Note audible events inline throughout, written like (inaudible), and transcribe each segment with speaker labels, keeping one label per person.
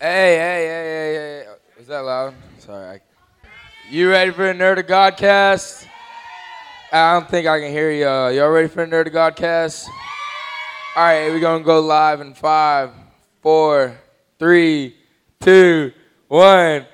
Speaker 1: Hey, hey, hey, hey, hey. Was that loud? Sorry. I... You ready for a Nerd of Godcast? I don't think I can hear you. Y'all ready for a Nerd of Godcast? All right, we're going to go live in five, four, three, two, one.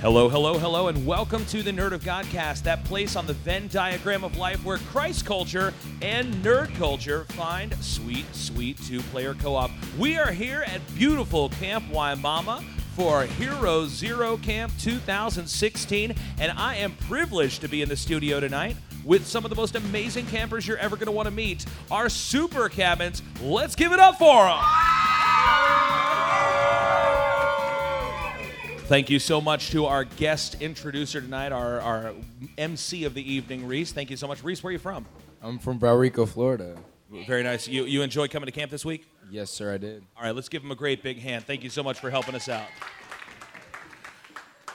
Speaker 2: Hello, hello, hello, and welcome to the Nerd of Godcast, that place on the Venn diagram of life where Christ culture and nerd culture find sweet, sweet two player co op. We are here at beautiful Camp Waimama for our Hero Zero Camp 2016, and I am privileged to be in the studio tonight with some of the most amazing campers you're ever going to want to meet, our super cabins. Let's give it up for them! Thank you so much to our guest introducer tonight, our, our MC of the evening, Reese. Thank you so much. Reese, where are you from?
Speaker 1: I'm from Browrico, Florida.
Speaker 2: Very nice. You, you enjoy coming to camp this week?
Speaker 1: Yes, sir, I did.
Speaker 2: All right, let's give him a great big hand. Thank you so much for helping us out.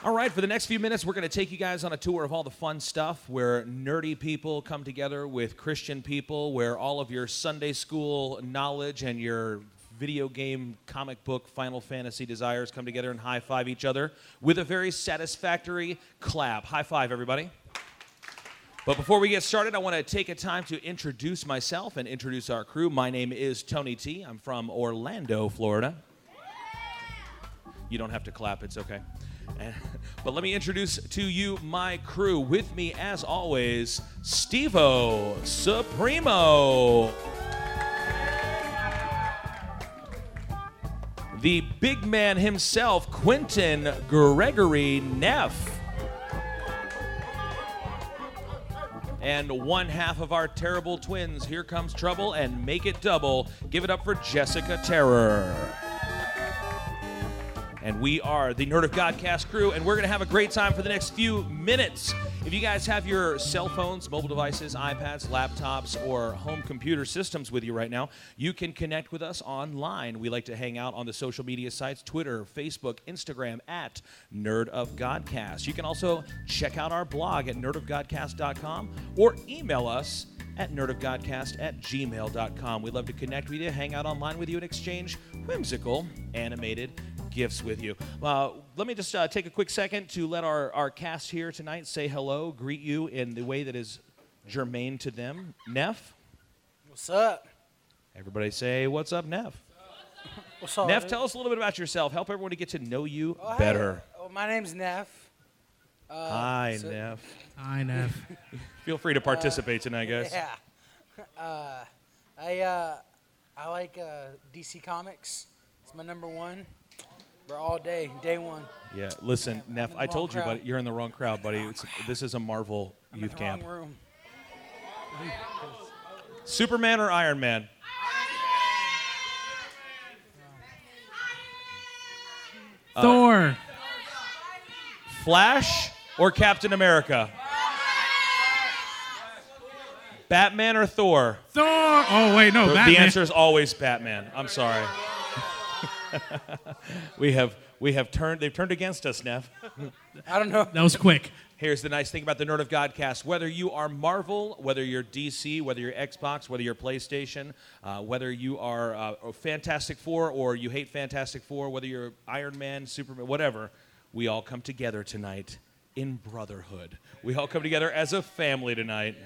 Speaker 2: All right, for the next few minutes, we're going to take you guys on a tour of all the fun stuff where nerdy people come together with Christian people, where all of your Sunday school knowledge and your video game, comic book, Final Fantasy desires come together and high five each other with a very satisfactory clap. High five, everybody. But before we get started, I want to take a time to introduce myself and introduce our crew. My name is Tony T. I'm from Orlando, Florida. You don't have to clap, it's okay. (laughs) And- But let me introduce to you my crew. With me, as always, Stevo Supremo. The big man himself, Quentin Gregory Neff. And one half of our terrible twins, Here Comes Trouble and Make It Double. Give it up for Jessica Terror. And we are the Nerd of Godcast crew, and we're going to have a great time for the next few minutes. If you guys have your cell phones, mobile devices, iPads, laptops, or home computer systems with you right now, you can connect with us online. We like to hang out on the social media sites Twitter, Facebook, Instagram at Nerd of Godcast. You can also check out our blog at nerdofgodcast.com or email us at nerdofgodcast at gmail.com. We love to connect with you, hang out online with you, and exchange whimsical, animated gifts with you. Uh, let me just uh, take a quick second to let our, our cast here tonight say hello, greet you in the way that is germane to them. Neff,
Speaker 3: What's up?
Speaker 2: everybody say, What's up, Neff?
Speaker 3: What's up?
Speaker 2: Neff,
Speaker 3: dude?
Speaker 2: tell us a little bit about yourself. Help everyone to get to know you
Speaker 3: Oh, hey.
Speaker 2: better.
Speaker 3: Oh, my name's Neff. Uh,
Speaker 2: Hi,
Speaker 3: so- uh,
Speaker 2: Neff.
Speaker 4: I know.
Speaker 2: Feel free to participate tonight,
Speaker 3: (laughs)
Speaker 2: guys.
Speaker 3: Yeah. Uh, I uh, I like uh, DC Comics. It's my number one. We're all day, day one.
Speaker 2: Yeah, listen,
Speaker 3: I'm
Speaker 2: Neff,
Speaker 3: in the
Speaker 2: I told
Speaker 3: wrong
Speaker 2: you, buddy,
Speaker 3: crowd.
Speaker 2: you're in the wrong crowd, buddy. It's, this is a Marvel
Speaker 3: I'm
Speaker 2: youth
Speaker 3: in the wrong
Speaker 2: camp.
Speaker 3: room. (laughs)
Speaker 2: Superman or Iron Man?
Speaker 4: Thor.
Speaker 2: Uh, Flash or Captain America? Batman or Thor?
Speaker 4: Thor. Oh wait, no.
Speaker 2: The-
Speaker 4: Batman.
Speaker 2: The answer is always Batman. I'm sorry. (laughs) we have we have turned they've turned against us, Neff.
Speaker 3: (laughs) I don't know.
Speaker 4: That was quick.
Speaker 2: Here's the nice thing about the Nerd of Godcast. Whether you are Marvel, whether you're DC, whether you're Xbox, whether you're PlayStation, uh, whether you are uh, a Fantastic Four or you hate Fantastic Four, whether you're Iron Man, Superman, whatever, we all come together tonight in brotherhood. We all come together as a family tonight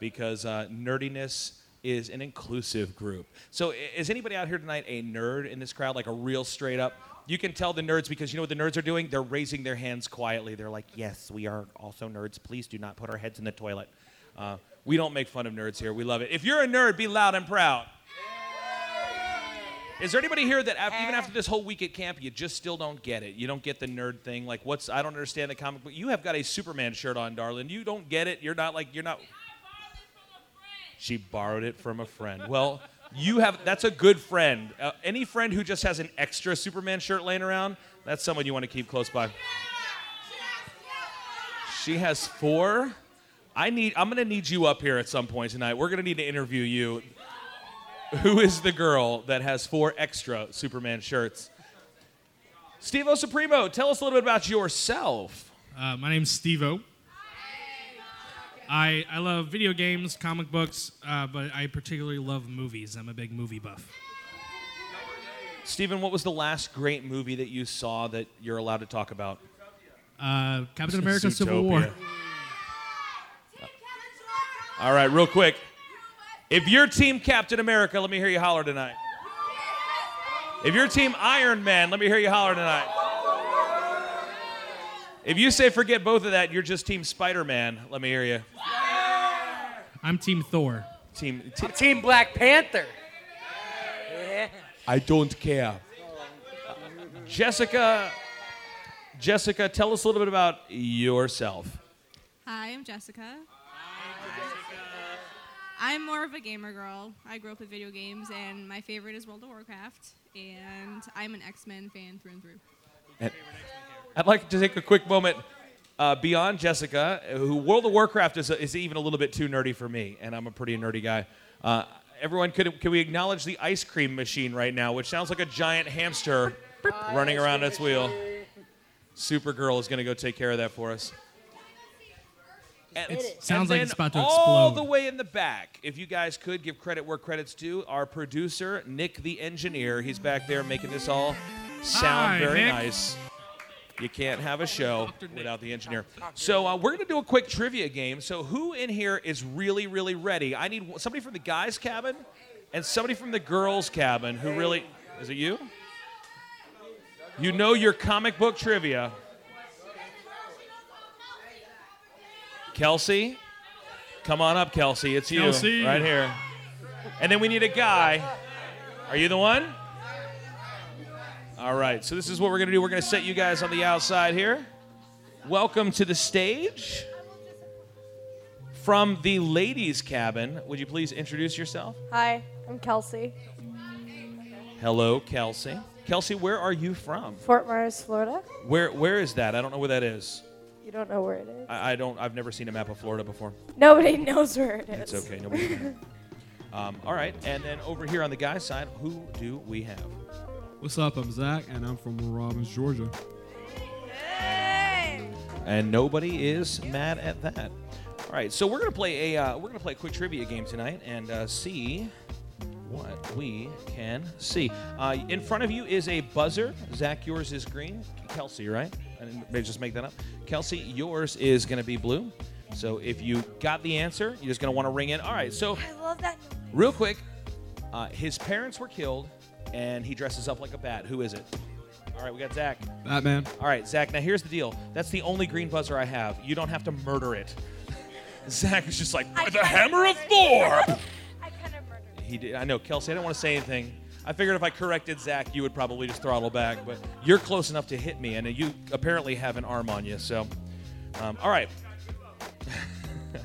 Speaker 2: because uh, nerdiness is an inclusive group. So, i- is anybody out here tonight a nerd in this crowd, like a real straight up? You can tell the nerds because you know what the nerds are doing? They're raising their hands quietly. They're like, yes, we are also nerds. Please do not put our heads in the toilet. Uh, we don't make fun of nerds here. We love it. If you're a nerd, be loud and proud. Is there anybody here that af- even after this whole week at camp, you just still don't get it? You don't get the nerd thing. Like, what's I don't understand the comic book. You have got a Superman shirt on, darling. You don't get it. You're not like you're not. She borrowed it from a friend. Well, you have that's a good friend. Uh, any friend who just has an extra Superman shirt laying around, that's someone you want to keep close by. She has four. I need. I'm gonna need you up here at some point tonight. We're gonna need to interview you. Who is the girl that has four extra Superman shirts? Steve O Supremo, tell us a little bit about yourself.
Speaker 4: Uh, my name's Steve O. I, I love video games, comic books, uh, but I particularly love movies. I'm a big movie buff.
Speaker 2: Steven, what was the last great movie that you saw that you're allowed to talk about?
Speaker 4: Uh, Captain America Civil War.
Speaker 2: All right, real quick. If you're Team Captain America, let me hear you holler tonight. If you're Team Iron Man, let me hear you holler tonight. If you say forget both of that, you're just Team Spider Man, let me hear you.
Speaker 4: I'm Team Thor.
Speaker 2: Team. T-
Speaker 3: Team Black Panther. Yeah.
Speaker 2: I don't care. Jessica, Jessica, tell us a little bit about yourself.
Speaker 5: Hi, I'm Jessica. I'm more of a gamer girl. I grew up with video games, and my favorite is World of Warcraft. And I'm an X Men fan through and through.
Speaker 2: I'd like to take a quick moment uh, beyond Jessica, who World of Warcraft is, is even a little bit too nerdy for me, and I'm a pretty nerdy guy. Uh, everyone, could, can we acknowledge the ice cream machine right now, which sounds like a giant hamster running around its wheel? Supergirl is going to go take care of that for us. And-
Speaker 4: It sounds
Speaker 2: and
Speaker 4: like it's
Speaker 2: then
Speaker 4: about to
Speaker 2: All
Speaker 4: explode.
Speaker 2: the way in the back, if you guys could give credit where credit's due, our producer, Nick the engineer, he's back there making this all sound
Speaker 4: Hi,
Speaker 2: very
Speaker 4: Nick.
Speaker 2: nice. You can't have a show without the engineer. So uh, we're gonna do a quick trivia game. So who in here is really, really ready? I need somebody from the guys' cabin and somebody from the girls' cabin who really is it you? You know your comic book trivia. Kelsey, come on up, Kelsey. It's you
Speaker 4: Kelsey.
Speaker 2: right here. And then we need a guy. Are you the one? All right. So this is what we're gonna do. We're gonna set you guys on the outside here. Welcome to the stage. From the ladies' cabin, would you please introduce yourself?
Speaker 6: Hi, I'm Kelsey,
Speaker 2: Hello, Kelsey. Kelsey, where are you from?
Speaker 6: Fort Myers, Florida.
Speaker 2: Where Where is that? I don't know where that is.
Speaker 6: You don't know where it is.
Speaker 2: I, I don't. I've never seen a map of Florida before.
Speaker 6: Nobody (laughs) knows where it is.
Speaker 2: It's okay. Nobody. um, all right. And then over here on the guy's side, who do we have?
Speaker 7: What's up? I'm Zach, and I'm from Robbins, Georgia.
Speaker 2: and nobody is mad at that. All right, so we're gonna play a uh, we're gonna play a quick trivia game tonight and uh, see what we can see. Uh, in front of you is a buzzer. Zach, yours is green. Kelsey, right? I didn't maybe just make that up. Kelsey, yours is gonna be blue. So if you got the answer, you're just gonna want to ring in. All right, so
Speaker 6: I love that.
Speaker 2: real quick, uh, his parents were killed, and he dresses up like a bat. Who is it? All right, we got Zach.
Speaker 7: Batman.
Speaker 2: All right, Zach. Now here's the deal. That's the only green buzzer I have. You don't have to murder it. (laughs) Zach is just like
Speaker 6: I
Speaker 2: "By the
Speaker 6: tried to
Speaker 2: hammer of
Speaker 6: murder
Speaker 2: Thor.
Speaker 6: (laughs) I kind of murdered.
Speaker 2: he did. I know, Kelsey. I didn't want to say anything. I figured if I corrected Zach, you would probably just throttle back. But you're close enough to hit me, and you apparently have an arm on you. So, um, all right. (laughs)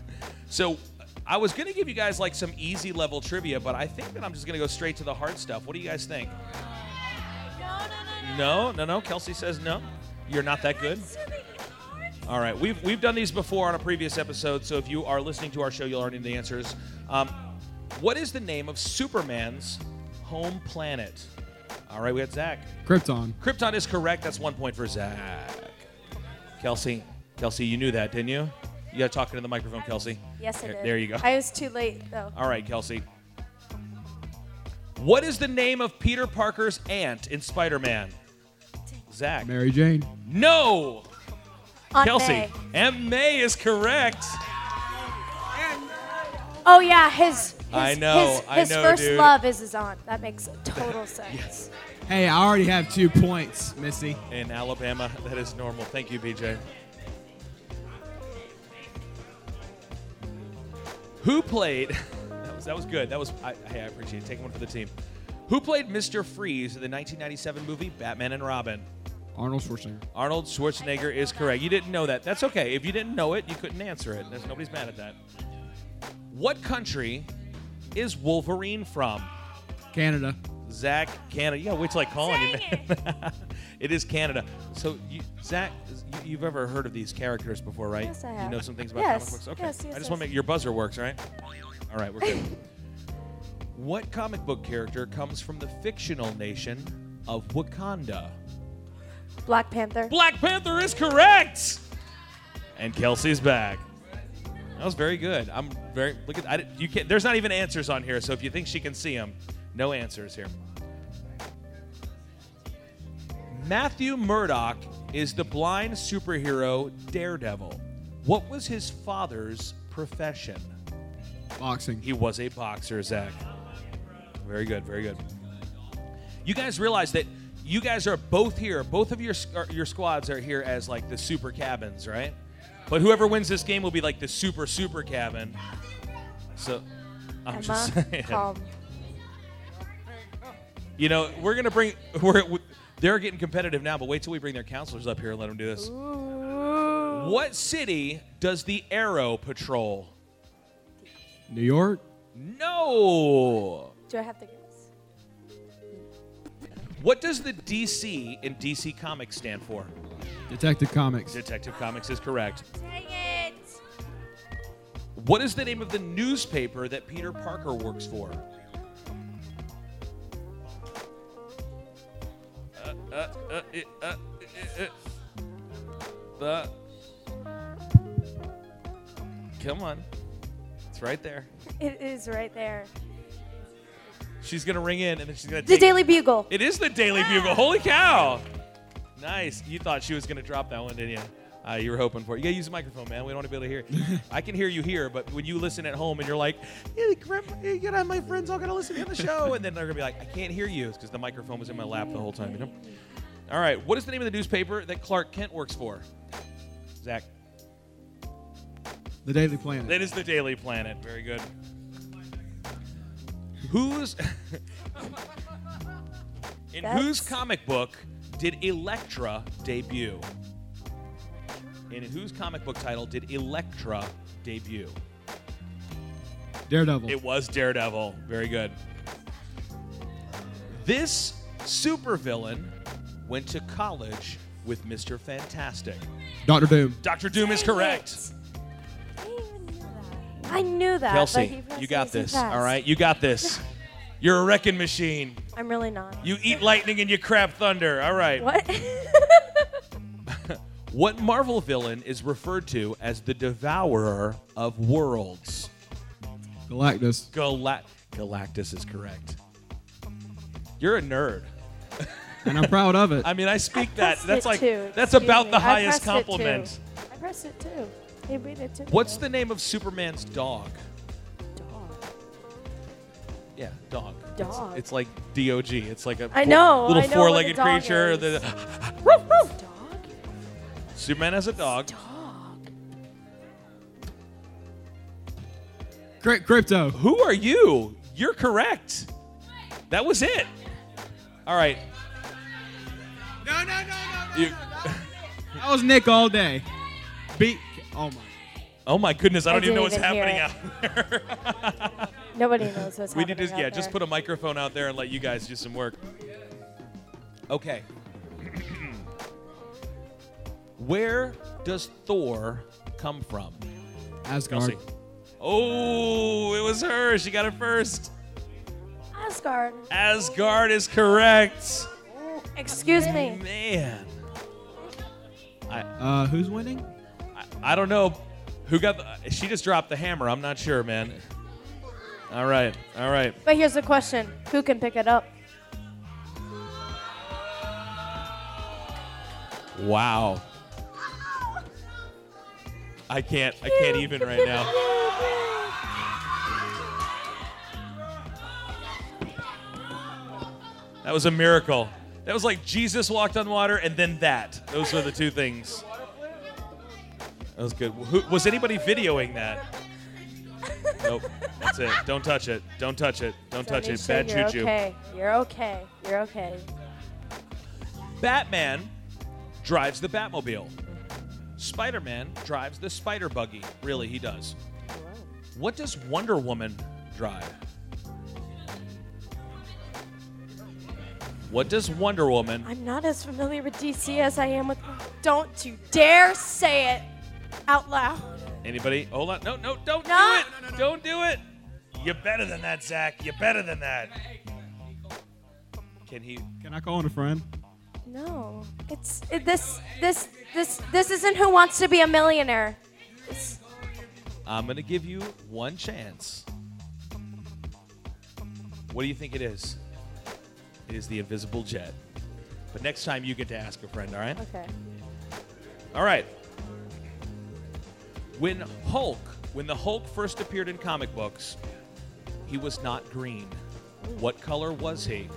Speaker 2: so, I was gonna give you guys like some easy level trivia, but I think that I'm just gonna go straight to the hard stuff. What do you guys think? No, no, no. Kelsey says no. You're not that good. All right, we've we've done these before on a previous episode, so if you are listening to our show, you'll already know the answers. Um, what is the name of Superman's home planet? All right, we got Zach.
Speaker 7: Krypton.
Speaker 2: Krypton is correct. That's one point for Zach. Kelsey, Kelsey, you knew that, didn't you? You got to talk into the microphone, Kelsey.
Speaker 6: Yes, I
Speaker 2: There-
Speaker 6: did.
Speaker 2: There you go.
Speaker 6: I was too late though.
Speaker 2: All right, Kelsey. What is the name of Peter Parker's aunt in Spider-Man? Zach.
Speaker 7: Mary Jane.
Speaker 2: No.
Speaker 6: Aunt
Speaker 2: Kelsey.
Speaker 6: May.
Speaker 2: M. May is correct.
Speaker 6: Oh yeah, his. his
Speaker 2: I know,
Speaker 6: His,
Speaker 2: I
Speaker 6: his
Speaker 2: know,
Speaker 6: first
Speaker 2: dude.
Speaker 6: love is his aunt. That makes
Speaker 2: (laughs)
Speaker 6: total sense.
Speaker 7: Hey, I already have two points, Missy.
Speaker 2: in Alabama. That is normal. Thank you, BJ. Who played? (laughs) That was that was good. That was I, hey, I appreciate it. Taking one for the team. Who played Mr. Freeze in the 1997 movie Batman and Robin?
Speaker 7: Arnold Schwarzenegger.
Speaker 2: Arnold Schwarzenegger is correct. You didn't know that. That's okay. If you didn't know it, you couldn't answer it. There's nobody's mad at that. What country is Wolverine from?
Speaker 7: Canada.
Speaker 2: Zach Canada. You gotta wait till I call on you,
Speaker 6: Dang
Speaker 2: man. (laughs) it is Canada. So, you, Zach, you, you've ever heard of these characters before, right?
Speaker 6: Yes, I
Speaker 2: You
Speaker 6: have.
Speaker 2: know some things about
Speaker 6: Yes,
Speaker 2: comic books. Okay.
Speaker 6: yes, yes,
Speaker 2: I just
Speaker 6: yes.
Speaker 2: want to make your buzzer works, right? All right, we're good. (laughs) what comic book character comes from the fictional nation of Wakanda?
Speaker 6: Black Panther.
Speaker 2: Black Panther is correct. And Kelsey's back. That was very good. I'm very look at I, didn't- you can't. There's not even answers on here, so if you think she can see them, no answers here. Matthew Murdock is the blind superhero Daredevil. What was his father's profession?
Speaker 7: Boxing.
Speaker 2: He was a boxer, Zach. Very good, very good. You guys realize that you guys are both here. Both of your are- your squads are here as like the super cabins, right? But whoever wins this game will be like the super super cabin. So I'm just (laughs)
Speaker 6: Emma.
Speaker 2: saying.
Speaker 6: Calm.
Speaker 2: You know, we're gonna bring (laughs) we're we, they're getting competitive now, but wait till we bring their counselors up here and let them do this. What city does the Arrow patrol?
Speaker 7: New York.
Speaker 2: No.
Speaker 6: Do I have to guess?
Speaker 2: What does the DC in DC Comics stand for?
Speaker 7: Detective Comics.
Speaker 2: Detective Comics is correct.
Speaker 6: Dang it!
Speaker 2: What is the name of the newspaper that Peter Parker works for? Uh, uh, uh, it- uh, it- it- the- Come on. It's right there.
Speaker 6: It is right there.
Speaker 2: She's going to ring in and then she's going to
Speaker 6: The
Speaker 2: take
Speaker 6: Daily Bugle.
Speaker 2: It is the Daily Bugle. Holy cow! Nice. You thought she was going to drop that one, didn't you? Uh, you were hoping for it. You gotta use the microphone, man. We don't want to be able to hear it. I can hear you here, but when you listen at home and you're like, hey, grandma, you gotta have my friends all gonna listen to the show, and then they're gonna be like, I can't hear you. It's because the microphone was in my lap the whole time, you know? All right, what is the name of the newspaper that Clark Kent works for? Zach.
Speaker 7: The Daily Planet.
Speaker 2: That is the Daily Planet. Very good. Who's (laughs) in whose
Speaker 6: That's-
Speaker 2: comic book did Elektra debut? And in whose comic book title did Elektra debut?
Speaker 7: Daredevil.
Speaker 2: It was Daredevil. Very good. This supervillain went to college with Mr. Fantastic.
Speaker 7: Doctor Doom.
Speaker 2: Dr. Doom is
Speaker 6: Dang
Speaker 2: correct.
Speaker 6: it. I didn't even know that. I knew that. but
Speaker 2: Kelsey,
Speaker 6: he passed
Speaker 2: you got
Speaker 6: easy
Speaker 2: this.
Speaker 6: pass.
Speaker 2: All right, you got this. You're a wrecking machine.
Speaker 6: I'm really not.
Speaker 2: You eat lightning and you crap thunder. All right.
Speaker 6: What?
Speaker 2: (laughs)
Speaker 6: (laughs)
Speaker 2: What Marvel villain is referred to as the devourer of worlds?
Speaker 7: Galactus.
Speaker 2: Galact Galactus is correct. You're a nerd.
Speaker 7: And I'm proud of it.
Speaker 2: I mean, I speak
Speaker 6: I
Speaker 2: that.
Speaker 6: pressed
Speaker 2: That's
Speaker 6: it
Speaker 2: like
Speaker 6: too.
Speaker 2: that's
Speaker 6: Excuse
Speaker 2: about
Speaker 6: me.
Speaker 2: the
Speaker 6: I
Speaker 2: highest
Speaker 6: pressed it too.
Speaker 2: compliment.
Speaker 6: I pressed it too. He beat it too.
Speaker 2: What's the name of Superman's dog?
Speaker 6: dog?
Speaker 2: Yeah, dog. It's-
Speaker 6: Dog.
Speaker 2: It's, like dog. It's like a
Speaker 6: I
Speaker 2: four-
Speaker 6: know,
Speaker 2: little
Speaker 6: I know what a
Speaker 2: four-legged
Speaker 6: dog
Speaker 2: creature.
Speaker 6: is.
Speaker 2: The,
Speaker 6: Woof, woof. Dog?
Speaker 2: Superman has a dog.
Speaker 6: Dog.
Speaker 7: Crypt- crypto.
Speaker 2: Who are you? You're correct. That was it. All right.
Speaker 7: No, no, no, no.
Speaker 2: You,
Speaker 7: That was Nick all day. Beat. Oh my.
Speaker 2: oh my goodness, I
Speaker 6: I
Speaker 2: don't even know what's
Speaker 6: didn't even
Speaker 2: happening
Speaker 6: hear
Speaker 2: out there.
Speaker 6: (laughs) Nobody knows what's
Speaker 2: we
Speaker 6: happening.
Speaker 2: need to,
Speaker 6: out
Speaker 2: yeah, just
Speaker 6: there.
Speaker 2: put a microphone out there and let you guys do some work. Okay. (clears throat) Where does Thor come from?
Speaker 7: Asgard.
Speaker 2: Kelsey. Oh, it was her. She got it first.
Speaker 6: Asgard.
Speaker 2: Asgard is correct.
Speaker 6: Excuse me.
Speaker 2: Man.
Speaker 7: Uh, who's winning?
Speaker 2: I don't know who got the. She just dropped the hammer. I'm not sure, man. All right, all right.
Speaker 6: But here's the question: Who can pick it up?
Speaker 2: Wow. I can't. I can't even right now. That was a miracle. That was like Jesus walked on water, and then that. Those were the two things. That was good. Who, was anybody videoing that? Nope. That's it. Don't touch it. Don't touch it. Don't touch
Speaker 6: Make
Speaker 2: it.
Speaker 6: sure
Speaker 2: Bad
Speaker 6: you're
Speaker 2: juju.
Speaker 6: Okay. You're okay. You're okay.
Speaker 2: Batman drives the Batmobile. Spider Man drives the Spider Buggy. Really, he does. What does Wonder Woman drive? What does Wonder Woman?
Speaker 6: I'm not as familiar with DC as I am with. Don't you dare say it out loud.
Speaker 2: Anybody? Hold on. No, no, don't
Speaker 6: No.
Speaker 2: do it. Don't do it. You're better than that, Zach. You're better than that. Can he?
Speaker 7: Can I call in a friend?
Speaker 6: No, it's it, this this this this isn't who wants to be a millionaire. This-
Speaker 2: I'm gonna give you one chance. What do you think it is? It is the invisible jet. But next time you get to ask a friend, all right?
Speaker 6: okay.
Speaker 2: All right. When Hulk, when the Hulk first appeared in comic books, he was not green. What color was he?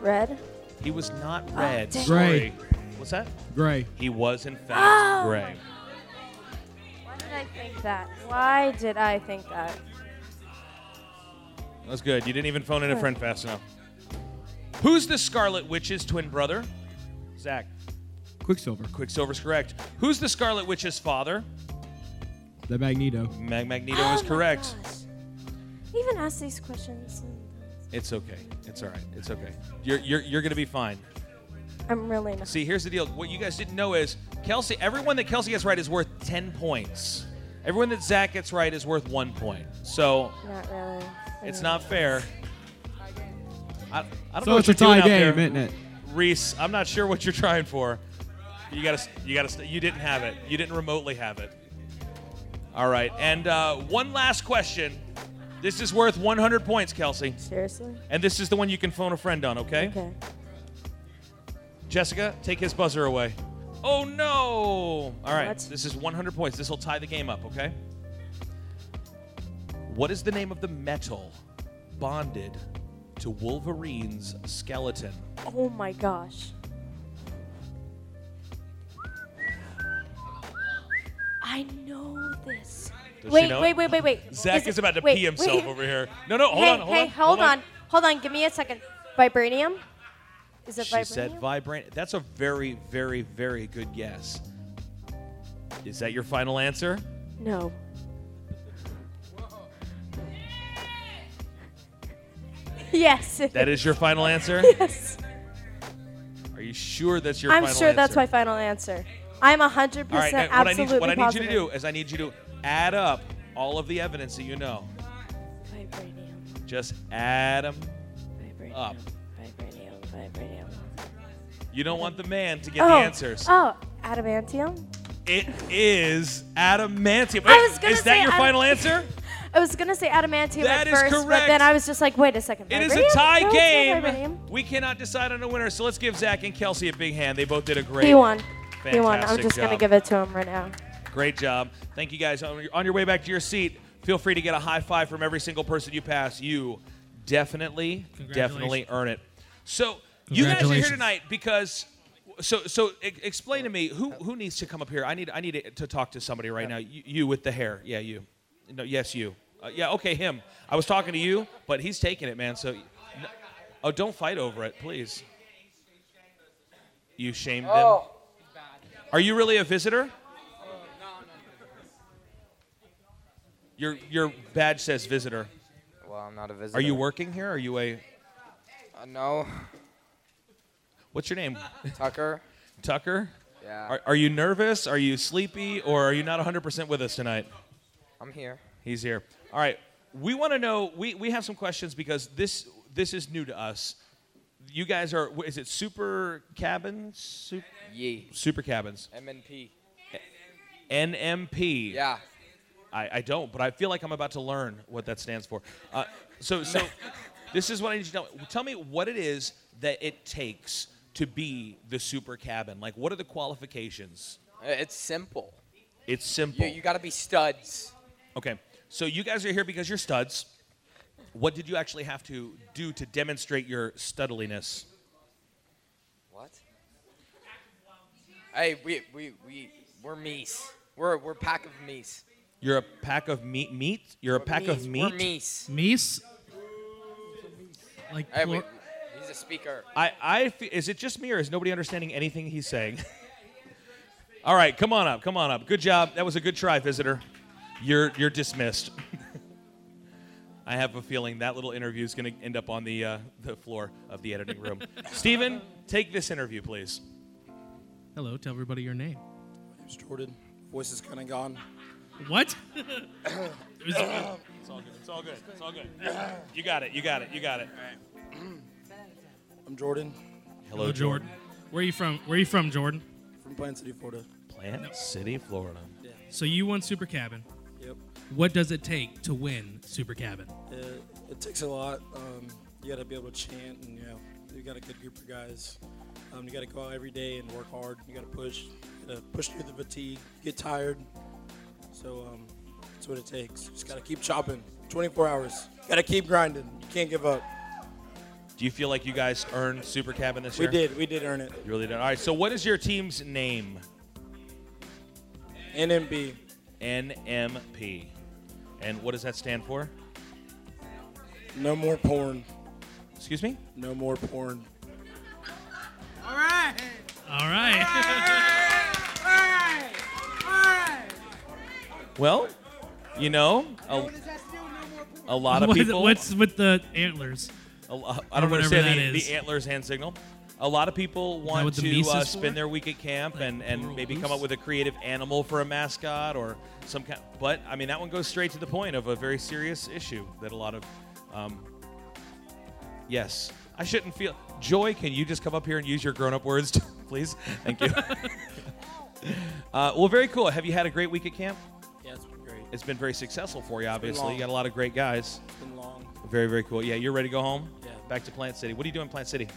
Speaker 6: Red. Oh,
Speaker 2: He was not red.
Speaker 6: dang.
Speaker 2: Sorry. What's that?
Speaker 7: Gray.
Speaker 2: He was in fact
Speaker 6: Oh.
Speaker 2: gray.
Speaker 6: Why did I think that? Why did I think that?
Speaker 2: That's good. You didn't even phone in a friend fast enough. Who's the Scarlet Witch's twin brother? Zach.
Speaker 7: Quicksilver.
Speaker 2: Quicksilver's correct. Who's the Scarlet Witch's father?
Speaker 7: The Magneto.
Speaker 2: Mag- Magneto
Speaker 6: Oh
Speaker 2: is
Speaker 6: my
Speaker 2: correct.
Speaker 6: gosh. Even ask these questions.
Speaker 2: It's okay. It's all right. It's okay. You're you're you're gonna be fine.
Speaker 6: I'm really not.
Speaker 2: See, here's the deal. What you guys didn't know is Kelsey. Everyone that Kelsey gets right is worth ten points. Everyone that Zach gets right is worth one point. So
Speaker 6: Not really.
Speaker 2: it's not fair. I, I don't know
Speaker 7: So it's
Speaker 2: what you're
Speaker 7: a tie
Speaker 2: doing out
Speaker 7: game,
Speaker 2: there.
Speaker 7: isn't it?
Speaker 2: Reese, I'm not sure what you're trying for. You gotta, you gotta, st- you didn't have it. You didn't remotely have it. All right, and uh, one last question. This is worth 100 points, Kelsey,
Speaker 6: Seriously.
Speaker 2: and this is the one you can phone a friend on. Okay?
Speaker 6: Okay.
Speaker 2: Jessica, take his buzzer away. Oh no! All right,
Speaker 6: What?
Speaker 2: this is 100 points. This will tie the game up. Okay? What is the name of the metal bonded to Wolverine's skeleton?
Speaker 6: Oh my gosh. I know this.
Speaker 2: Does she
Speaker 6: wait,
Speaker 2: know it?
Speaker 6: wait, wait, wait, wait.
Speaker 2: Zach is,
Speaker 6: it-
Speaker 2: about to
Speaker 6: wait,
Speaker 2: pee himself
Speaker 6: wait.
Speaker 2: over here. No, no, hold
Speaker 6: hey,
Speaker 2: on, hold
Speaker 6: hey,
Speaker 2: on.
Speaker 6: hold on. Hold on, give me a second. Vibranium? Is it
Speaker 2: She
Speaker 6: vibranium?
Speaker 2: said vibrant. That's a very, very, very good guess. Is that your final answer?
Speaker 6: no. (laughs) yes.
Speaker 2: That is your final
Speaker 6: (laughs)
Speaker 2: answer?
Speaker 6: yes.
Speaker 2: Are you sure that's your
Speaker 6: I'm
Speaker 2: final
Speaker 6: sure that's my
Speaker 2: answer?
Speaker 6: final answer. I'm 100%
Speaker 2: All right, now, what I need,
Speaker 6: absolutely
Speaker 2: what I need you
Speaker 6: positive.
Speaker 2: to do is I need you to add up all of the evidence that you know.
Speaker 6: Vibranium,
Speaker 2: Just add them
Speaker 6: vibranium,
Speaker 2: up.
Speaker 6: vibranium, vibranium.
Speaker 2: You don't want the man to get
Speaker 6: oh,
Speaker 2: the answers.
Speaker 6: Oh, adamantium?
Speaker 2: It is adamantium.
Speaker 6: I was gonna
Speaker 2: is that
Speaker 6: say
Speaker 2: your
Speaker 6: ad-
Speaker 2: final answer?
Speaker 6: (laughs) I was gonna say adamantium
Speaker 2: That
Speaker 6: at
Speaker 2: is
Speaker 6: first,
Speaker 2: correct.
Speaker 6: but then I was just like, wait a second.
Speaker 2: It is a
Speaker 6: vibranium?
Speaker 2: tie
Speaker 6: No, it's not
Speaker 2: game.
Speaker 6: vibranium.
Speaker 2: We cannot decide on a winner, so let's give Zach and Kelsey a big hand. They both did a great.
Speaker 6: He won. he won. I'm
Speaker 2: Fantastic
Speaker 6: just gonna
Speaker 2: job.
Speaker 6: give it to him right now.
Speaker 2: Great job. Thank you guys. On your, on your way back to your seat, feel free to get a high five from every single person you pass. You definitely, definitely
Speaker 4: Congratulations.
Speaker 2: earn it. So you guys are here
Speaker 4: Congratulations.
Speaker 2: tonight because. So, so e- explain to me who who needs to come up here. I need I need to- to talk to somebody right now. You, you with the hair, yeah, you. No, yes, you. Uh, yeah, okay, him. I was talking to you, but he's taking it, man. So, no- oh, don't fight over it, please. You shamed them.
Speaker 1: Oh,
Speaker 2: Are you really a visitor? Your your badge says visitor.
Speaker 1: well, I'm not a visitor.
Speaker 2: Are you working here? Are you a
Speaker 1: Uh, no,
Speaker 2: what's your name? (laughs)
Speaker 1: Tucker.
Speaker 2: Tucker?
Speaker 1: Yeah,
Speaker 2: Are, are you nervous? Are you sleepy? Or are you not 100% with us tonight?
Speaker 1: I'm here.
Speaker 2: He's here. All right. We want to know we, we have some questions because this this is new to us. You guys are wh- is it super cabins? Super,
Speaker 1: Yee.
Speaker 2: super cabins.
Speaker 1: MNP.
Speaker 2: NMP.
Speaker 1: Yeah.
Speaker 2: I, I don't, but I feel like I'm about to learn what that stands for. Uh, so, so
Speaker 1: (laughs)
Speaker 2: this is what I need you to tell me. Tell me what it is that it takes to be the super cabin. Like, what are the qualifications?
Speaker 1: Uh, It's simple.
Speaker 2: It's
Speaker 1: You,
Speaker 2: simple.
Speaker 1: you gotta be studs.
Speaker 2: okay, so you guys are here because you're studs. What did you actually have to do to demonstrate your studliness?
Speaker 1: What? Hey, we we we we're meese. We're we're pack of meese.
Speaker 2: You're a pack of meat. Meat. You're a
Speaker 1: We're
Speaker 2: pack of
Speaker 1: meese.
Speaker 2: meat.
Speaker 1: We're meese.
Speaker 4: Meese. Like
Speaker 1: Hey,
Speaker 4: plur-
Speaker 1: we, he's a speaker.
Speaker 2: I, I fe- is it just me or is nobody understanding anything he's saying? (laughs) All right, come on up, come on up. Good job. That was a good try, visitor. You're you're dismissed. (laughs) I have a feeling that little interview is going to end up on the uh, the floor of the editing room. Steven, take this interview, please.
Speaker 4: Hello, tell everybody your name.
Speaker 8: It's Jordan. Voice is kind of gone. (coughs)
Speaker 4: What?
Speaker 2: It's all good. It's all good. It's all good. You got it. You got it. You got it.
Speaker 8: I'm Jordan
Speaker 4: Hello, Jordan. Where are you from? Where are you from, Jordan?
Speaker 8: from Plant City, Florida.
Speaker 2: Plant City, Florida.
Speaker 4: So you won Super Cabin.
Speaker 8: Yep.
Speaker 4: What does it take to win Super Cabin?
Speaker 8: It, it takes a lot. Um, you got to be able to chant, and you know, you got a good group of guys. Um, you got to go out every day and work hard. You got to push. You got to push through the fatigue. Get tired. So um, that's what it takes. Just got to keep chopping. 24 hours. Got to keep grinding. You can't give up.
Speaker 2: Do you feel like you guys earned Super Cabin this year?
Speaker 8: We did. We did earn it.
Speaker 2: You really did. All right. So, what is your team's name?
Speaker 8: NMB.
Speaker 2: NMP. And what does that stand for?
Speaker 8: No more porn.
Speaker 2: Excuse me?
Speaker 8: No more porn.
Speaker 4: All right.
Speaker 2: Well, you know, a, a lot of
Speaker 4: What-
Speaker 2: people.
Speaker 4: (laughs) What's with the antlers?
Speaker 2: a lo- I don't
Speaker 4: or whatever
Speaker 2: understand
Speaker 4: that
Speaker 2: the,
Speaker 4: is.
Speaker 2: the antlers hand signal. A lot of people want
Speaker 4: what the
Speaker 2: to
Speaker 4: Mises
Speaker 2: uh,
Speaker 4: for?
Speaker 2: spend their week at camp and, and
Speaker 4: plural
Speaker 2: maybe come
Speaker 4: goose?
Speaker 2: up with a creative animal for a mascot or some kind. But I mean, that one goes straight to the point of a very serious issue that a lot of. Um, yes, I shouldn't feel. Joy, can you just come up here and use your grown-up words, (laughs) please? Thank
Speaker 4: (laughs)
Speaker 2: you. uh, well, very cool. Have you had a great week at camp?
Speaker 8: Yeah, it's been great.
Speaker 2: It's been very successful for you.
Speaker 8: been
Speaker 2: Obviously, you
Speaker 8: long.
Speaker 2: got a lot of great guys.
Speaker 8: It's been long.
Speaker 2: Very, very cool. Yeah, you're ready to go home.
Speaker 8: Yeah.
Speaker 2: Back to Plant City. What do you do in Plant City?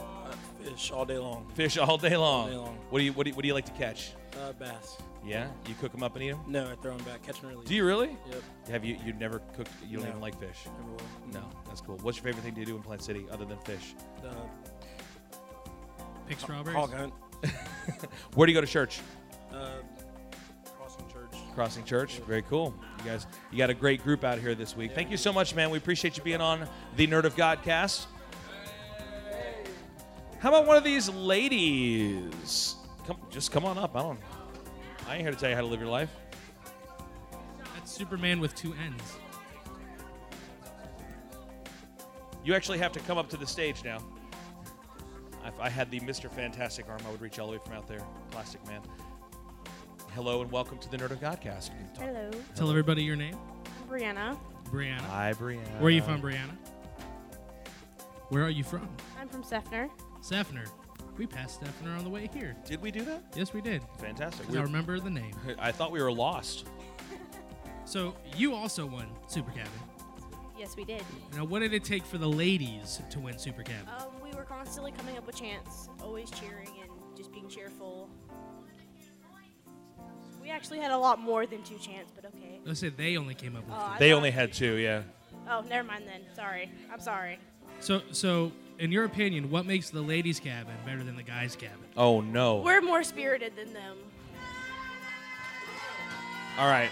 Speaker 8: I fish all day long.
Speaker 2: Fish all day long.
Speaker 8: All day long.
Speaker 2: What do you what do you, what do you like to catch?
Speaker 8: Uh, bass.
Speaker 2: Yeah, you cook them up and eat them.
Speaker 8: No, I throw them back. Catch and release.
Speaker 2: Do you really?
Speaker 8: Yep.
Speaker 2: Have you you never cooked? You don't
Speaker 8: No.
Speaker 2: even like fish.
Speaker 8: Never will.
Speaker 2: No, that's cool. What's your favorite thing to do in Plant City other than fish?
Speaker 8: Uh,
Speaker 4: Pick strawberries.
Speaker 8: hog
Speaker 2: (laughs)
Speaker 8: hunt.
Speaker 2: Where do you go to church?
Speaker 8: Uh, crossing church.
Speaker 2: Crossing Church. Very cool. You guys, you got a great group out here this week. Thank you so much, man. We appreciate you being on the Nerd of Godcast. How about one of these ladies? Come, just come on up. I don't. I ain't here to tell you how to live your life.
Speaker 4: That's Superman with two N's.
Speaker 2: You actually have to come up to the stage now. If I had the Mr. Fantastic arm, I would reach all the way from out there. Plastic man. Hello and welcome to the Nerd of Godcast. You can talk-
Speaker 9: Hello,
Speaker 2: Uh-huh.
Speaker 4: Tell everybody your name.
Speaker 9: Brianna.
Speaker 4: Brianna.
Speaker 2: Hi, Brianna.
Speaker 4: Where are you from, Brianna?
Speaker 2: Uh-huh.
Speaker 4: Where are you from?
Speaker 9: I'm from Sefner.
Speaker 4: Sefner. We passed Sefner on the way here.
Speaker 2: Did we do that?
Speaker 4: Yes, we did.
Speaker 2: Fantastic.
Speaker 4: 'cause I remember the name.
Speaker 2: We- I thought we were lost.
Speaker 4: So you also won Super Cabin.
Speaker 9: Yes, we did.
Speaker 4: Now, what did it take for the ladies to win Super Cabin?
Speaker 9: Um, we were constantly coming up with chants, always cheering and just being cheerful. We actually had a lot more than two chants, but okay.
Speaker 4: Let's say they only came up with.
Speaker 9: Oh, I
Speaker 2: They
Speaker 9: thought-
Speaker 2: only had two, yeah.
Speaker 9: Oh, never mind then. Sorry. I'm sorry.
Speaker 4: So, so in your opinion, what makes the ladies' cabin better than the guys' cabin?
Speaker 2: Oh no.
Speaker 9: We're more spirited than them.
Speaker 2: All right.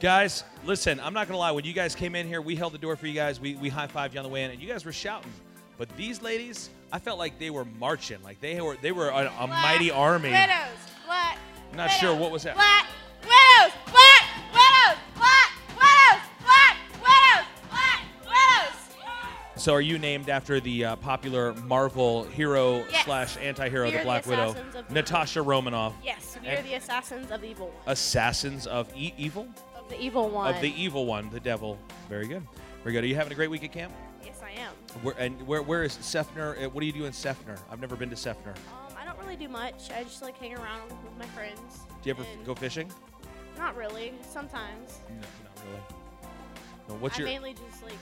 Speaker 2: Guys, listen, I'm not going to lie. When you guys came in here, we held the door for you guys. We, we high fived you on the way in, and you guys were shouting. But these ladies, I felt like they were marching. Like they were they were a, a mighty army.
Speaker 10: Widows, black.
Speaker 2: Not sure what was that.
Speaker 10: Black widows, black widows, black widows, black widows, black widows.
Speaker 2: So are you named after the uh, popular Marvel hero
Speaker 9: Yes.
Speaker 2: slash anti hero,
Speaker 9: We
Speaker 2: the
Speaker 9: are the
Speaker 2: Black Widow,
Speaker 9: assassins of the-
Speaker 2: Natasha Romanoff?
Speaker 9: Yes, we
Speaker 2: And-
Speaker 9: are the assassins of evil one.
Speaker 2: Assassins of e- Evil?
Speaker 9: Of the evil one.
Speaker 2: Of the evil one, the devil. Very good. Very good. Are you having a great week at camp?
Speaker 9: yes, I am.
Speaker 2: Where, and where, where is Sefner? Uh, What do you do in Sefner? I've never been to Sefner.
Speaker 9: Um, I don't really do much. I just like hang around with my friends.
Speaker 2: Do you ever
Speaker 9: and-
Speaker 2: f- go fishing?
Speaker 9: Not really. Sometimes.
Speaker 2: Um, No, not really. No, what's
Speaker 9: I
Speaker 2: your
Speaker 9: mainly just like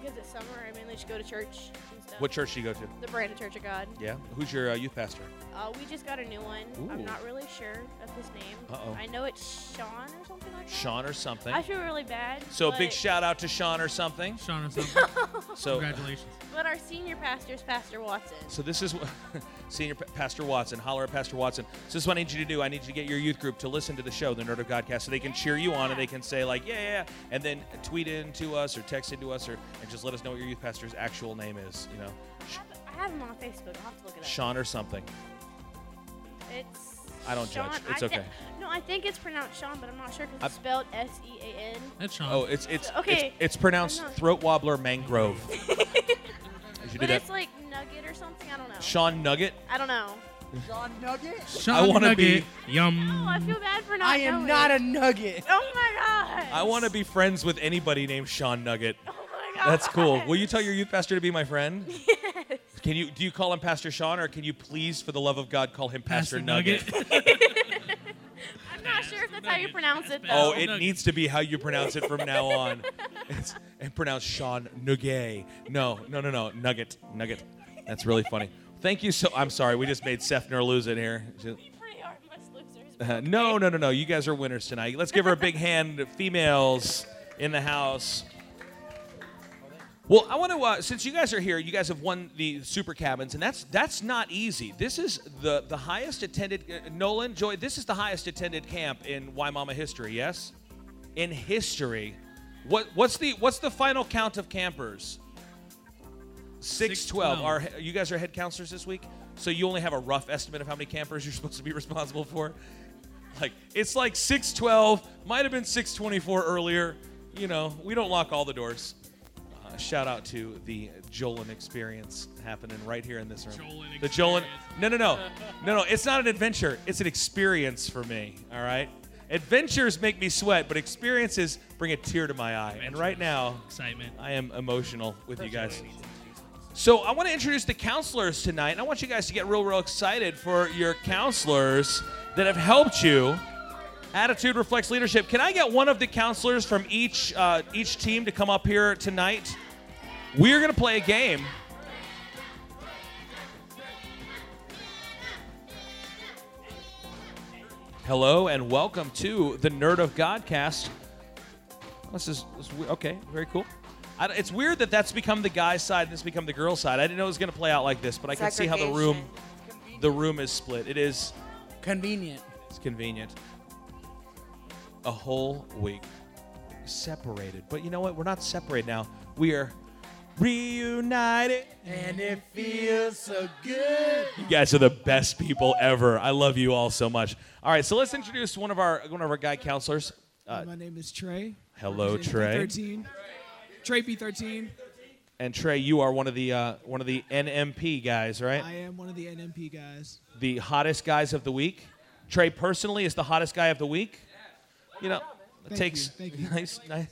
Speaker 9: because it's summer. I mainly just go to church and stuff.
Speaker 2: what church do you go to?
Speaker 9: The Brandon Church of God.
Speaker 2: Yeah, who's your uh, youth pastor?
Speaker 9: Uh, we just got a new one.
Speaker 2: Ooh.
Speaker 9: I'm not really sure of his name.
Speaker 2: Uh-oh.
Speaker 9: I know it's Sean or something like that.
Speaker 2: Sean or something.
Speaker 9: I feel really bad.
Speaker 2: so
Speaker 9: but,
Speaker 2: big shout out to Sean or something. (laughs)
Speaker 4: Sean or something.
Speaker 2: So
Speaker 4: Congratulations.
Speaker 9: But our senior pastor is Pastor Watson.
Speaker 2: so this is what (laughs) senior Pa- pastor Watson, holler at Pastor Watson. So this is what I need you to do. I need you to get your youth group to listen to the show, the Nerd of Godcast, so they can cheer you on and they can say like yeah, yeah, yeah, and then tweet in to us or text into us or and just let us know what your youth pastor's actual name is. You know,
Speaker 9: I have, I have him on Facebook. I'll have to look it up.
Speaker 2: Sean or something.
Speaker 9: It's
Speaker 2: I don't
Speaker 6: Sean.
Speaker 2: judge. It's
Speaker 6: I thi-
Speaker 2: okay.
Speaker 6: no, I think it's pronounced Sean, but I'm not sure because
Speaker 2: I-
Speaker 6: it's spelled S E A N.
Speaker 4: That's Sean.
Speaker 2: Oh, it's it's
Speaker 6: Okay.
Speaker 2: it's, it's pronounced
Speaker 6: I'm not-
Speaker 2: throat
Speaker 6: (laughs)
Speaker 2: wobbler mangrove. you should do
Speaker 6: But
Speaker 2: that.
Speaker 6: it's like nugget or something. I don't know.
Speaker 2: Sean Nugget.
Speaker 6: I don't know.
Speaker 3: John Nugget?
Speaker 4: Sean
Speaker 2: I wanna
Speaker 4: Nugget.
Speaker 6: Oh, I
Speaker 4: Yum.
Speaker 6: feel bad for not.
Speaker 3: I am
Speaker 6: knowing.
Speaker 3: not a nugget.
Speaker 6: Oh my god.
Speaker 2: I want to be friends with anybody named Sean Nugget.
Speaker 6: Oh my god.
Speaker 2: That's cool. Will you tell your youth pastor to be my friend? Yes. Can you do you call him Pastor Sean or can you please, for the love of God, call him Pastor, Nugget?
Speaker 6: I'm not sure if that's how you pronounce it though.
Speaker 2: Oh, it
Speaker 4: Nugget.
Speaker 2: needs to be how you pronounce it from
Speaker 6: (laughs)
Speaker 2: now on. It's, and pronounce Sean Nugget. No, no, no, no. Nugget. Nugget. That's really funny. Thank you so. I'm sorry. We just made Sefner lose it here. She-
Speaker 6: We pretty are much losers.
Speaker 2: Uh, no, no, no, no. You guys are winners tonight. Let's give her a big hand, females in the house. Well, I want to uh, since you guys are here, you guys have won the super cabins, and that's that's not easy. This is the the highest attended. Uh, Nolan, Joy, this is the highest attended camp in Waimama history. Yes, in history. What what's the what's the final count of campers? Six twelve.
Speaker 4: 612.
Speaker 2: Our he- you guys are head counselors this week, so you only have a rough estimate of how many campers you're (laughs) supposed to be responsible for. Like it's like 612, might have been 624 earlier. You know, we don't lock all the doors. Uh, shout out to the Jolin experience happening right here in this room.
Speaker 4: Jolin
Speaker 2: the Jolin. No, no, no, no, no. It's not an adventure. It's an experience for me. All right. Adventures make me sweat, but experiences bring a tear to my eye. And right now,
Speaker 4: Excitement.
Speaker 2: I am emotional with you guys. So I want to introduce the counselors tonight, and I want you guys to get real, real excited for your counselors that have helped you. Attitude reflects leadership. Can I get one of the counselors from each uh, each team to come up here tonight? We're gonna play a game. Hello and welcome to the Nerd of Godcast. This is this is we- okay. Very cool. I, don't- it's weird that that's become the guy's side and it's become the girl's side. I didn't know it was going to play out like this, but I can see how the room the room is split. It is
Speaker 3: Convenient.
Speaker 2: it's convenient. A whole week separated, but you know what? We're not separated now. We are reunited.
Speaker 3: And it feels
Speaker 4: (laughs)
Speaker 3: so good.
Speaker 2: You guys are the best people ever. I love you all so much. All right, so let's introduce one of our one of our guy counselors. Uh,
Speaker 7: My name is Trey.
Speaker 2: hello, Trey.
Speaker 7: B13. Trey B13.
Speaker 2: And Trey, you are one of the uh, one of the NMP guys, right?
Speaker 7: I am one of the NMP guys.
Speaker 2: the hottest guys of the week. Trey personally is the hottest guy of the week. You know, it
Speaker 7: Thank
Speaker 2: takes
Speaker 7: you, thank you.
Speaker 2: nice, nice.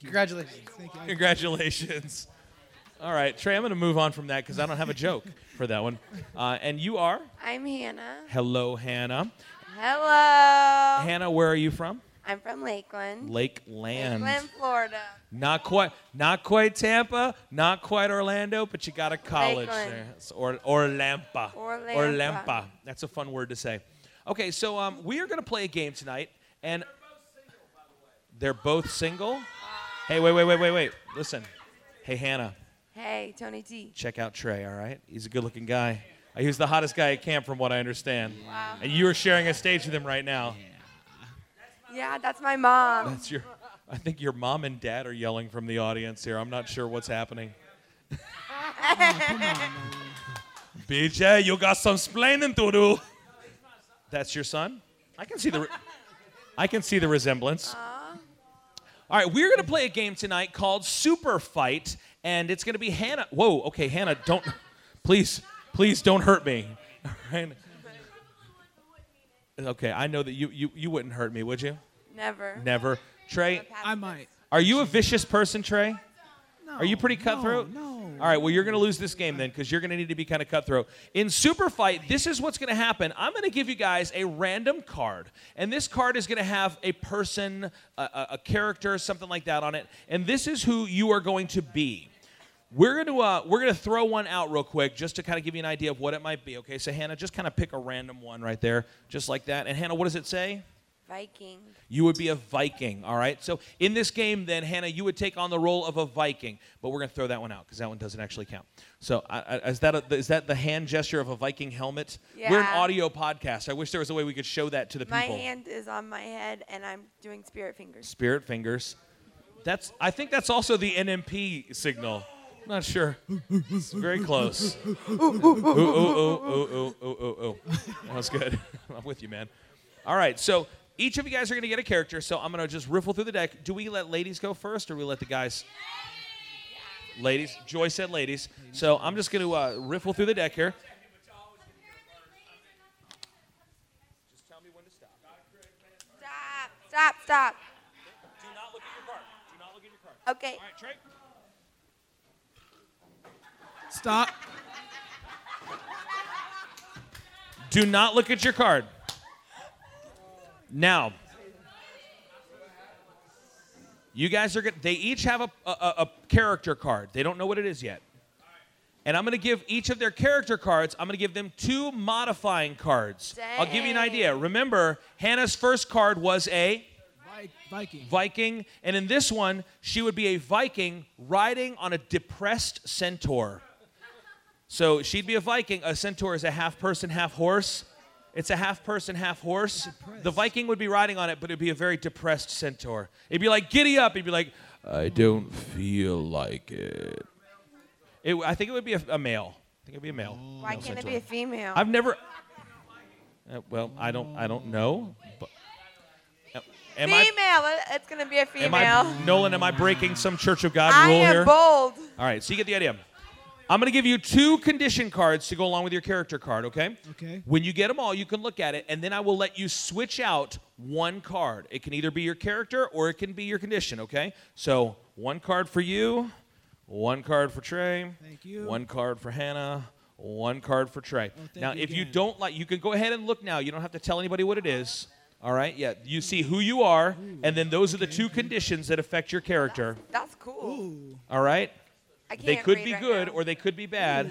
Speaker 3: Congratulations.
Speaker 7: Thank you. I-
Speaker 2: Congratulations. All right, Trey, I'm going to move on from that because I don't have a joke for that one. Uh, and you are?
Speaker 11: I'm Hannah.
Speaker 2: Hello, Hannah.
Speaker 11: Hello.
Speaker 2: Hannah, where are you from?
Speaker 11: I'm from Lakeland.
Speaker 2: Lakeland.
Speaker 11: Lakeland, Florida.
Speaker 2: Not quite, not quite Tampa, not quite Orlando, but you got a college
Speaker 11: Lakeland.
Speaker 2: there. It's or Orlampa.
Speaker 11: Orlampa.
Speaker 2: Orlampa. That's a fun word to say. Okay, so um, we are going to play a game tonight, and they're both single. Hey, wait, wait, wait, wait, wait. Listen. Hey, Hannah,
Speaker 11: Hey, Tony T.
Speaker 2: check out Trey. All right, he's a good-looking guy. Uh, He was the hottest guy at camp, from what I understand. Wow. And you are sharing a stage with him right now.
Speaker 11: Yeah, that's my mom.
Speaker 2: That's your. I think your mom and dad are yelling from the audience here. I'm not sure what's happening. BJ, you got some splaining to do. That's your son. I can see the. Re- I can see the resemblance. All right, we're gonna play a game tonight called Super Fight, and it's gonna be Hannah. Whoa, okay, Hannah, don't, please, please don't hurt me. All right. Okay, I know that you you, you wouldn't hurt me, would you?
Speaker 11: Never.
Speaker 2: Never. Trey,
Speaker 7: I might.
Speaker 2: are you a vicious person, Trey?
Speaker 7: No,
Speaker 2: Are you pretty cutthroat?
Speaker 7: No. no.
Speaker 2: All right, well, you're going to lose this game then because you're going to need to be kind of cutthroat. In Super Fight, this is what's going to happen. I'm going to give you guys a random card, and this card is going to have a person, a, a, a character, something like that on it, and this is who you are going to be. We're going to uh, we're going to throw one out real quick just to kind of give you an idea of what it might be. Okay, so Hannah, just kind of pick a random one right there, just like that. And Hannah, what does it say?
Speaker 11: (laughs) Viking.
Speaker 2: You would be a Viking, all right? So in this game, then, Hannah, you would take on the role of a Viking, but we're going to throw that one out because that one doesn't actually count. So I, I, is, that a, is that the hand gesture of a Viking helmet? We're an
Speaker 11: Yeah.
Speaker 2: audio podcast. I wish there was a way we could show that to the
Speaker 11: My
Speaker 2: people.
Speaker 11: hand is on my head, and I'm doing spirit fingers.
Speaker 2: Spirit fingers. That's. I think that's also the NMP signal. Not sure. It's very close. (laughs) ooh, ooh, ooh, ooh, ooh, ooh, ooh. That was good. (laughs) I'm with you, man. All right, so each of you guys are going to get a character, so I'm going to just riffle through the deck. Do we let ladies go first, or we let the guys? Ladies. Joy said ladies. So I'm just going to uh, riffle through the deck here.
Speaker 11: Stop, stop, stop.
Speaker 2: Do not look at your card. Do not look at your card.
Speaker 11: Okay.
Speaker 2: All right, Trey.
Speaker 7: Stop.
Speaker 2: Do not look at your card. Now, you guys are going they each have a, a, a a character card. They don't know what it is yet. And I'm going to give each of their character cards, I'm going to give them two modifying cards. I'll give you an idea. Remember, Hannah's first card was a
Speaker 7: Viking.
Speaker 2: Viking, and in this one, she would be a Viking riding on a depressed centaur. So she'd be a Viking. A centaur is a half person, half horse. It's a half person, half horse. The Viking would be riding on it, but it'd be a very depressed centaur. It'd be like, giddy up. It'd be like, I don't feel like it. it I think it would be a, a male. I think it'd be a male.
Speaker 11: Why can't it be a female?
Speaker 2: I've never. Uh, well, I don't. I don't know. But, uh, am I?
Speaker 11: female. it- It's gonna be a
Speaker 2: Am
Speaker 11: female.
Speaker 2: I, Nolan, am I breaking some Church of God
Speaker 11: I
Speaker 2: rule
Speaker 11: am
Speaker 2: here?
Speaker 11: bold.
Speaker 2: All right, so you get the idea. I'm going to give you two condition cards to go along with your character card, okay?
Speaker 7: Okay.
Speaker 2: When you get them all, you can look at it, and then I will let you switch out one card. It can either be your character or it can be your condition, okay? So one card for you, one card for Trey,
Speaker 7: Thank you.
Speaker 2: one card for Hannah, one card for Trey.
Speaker 7: thank
Speaker 2: now,
Speaker 7: you
Speaker 2: if you
Speaker 7: again.
Speaker 2: don't like, you can go ahead and look now. You don't have to tell anybody what it is. All right, yeah. You see who you are, and then those are the two conditions that affect your character.
Speaker 11: That's cool.
Speaker 2: All right?
Speaker 11: I can't
Speaker 2: They could
Speaker 11: read
Speaker 2: be
Speaker 11: right
Speaker 2: good
Speaker 11: now.
Speaker 2: or they could be bad.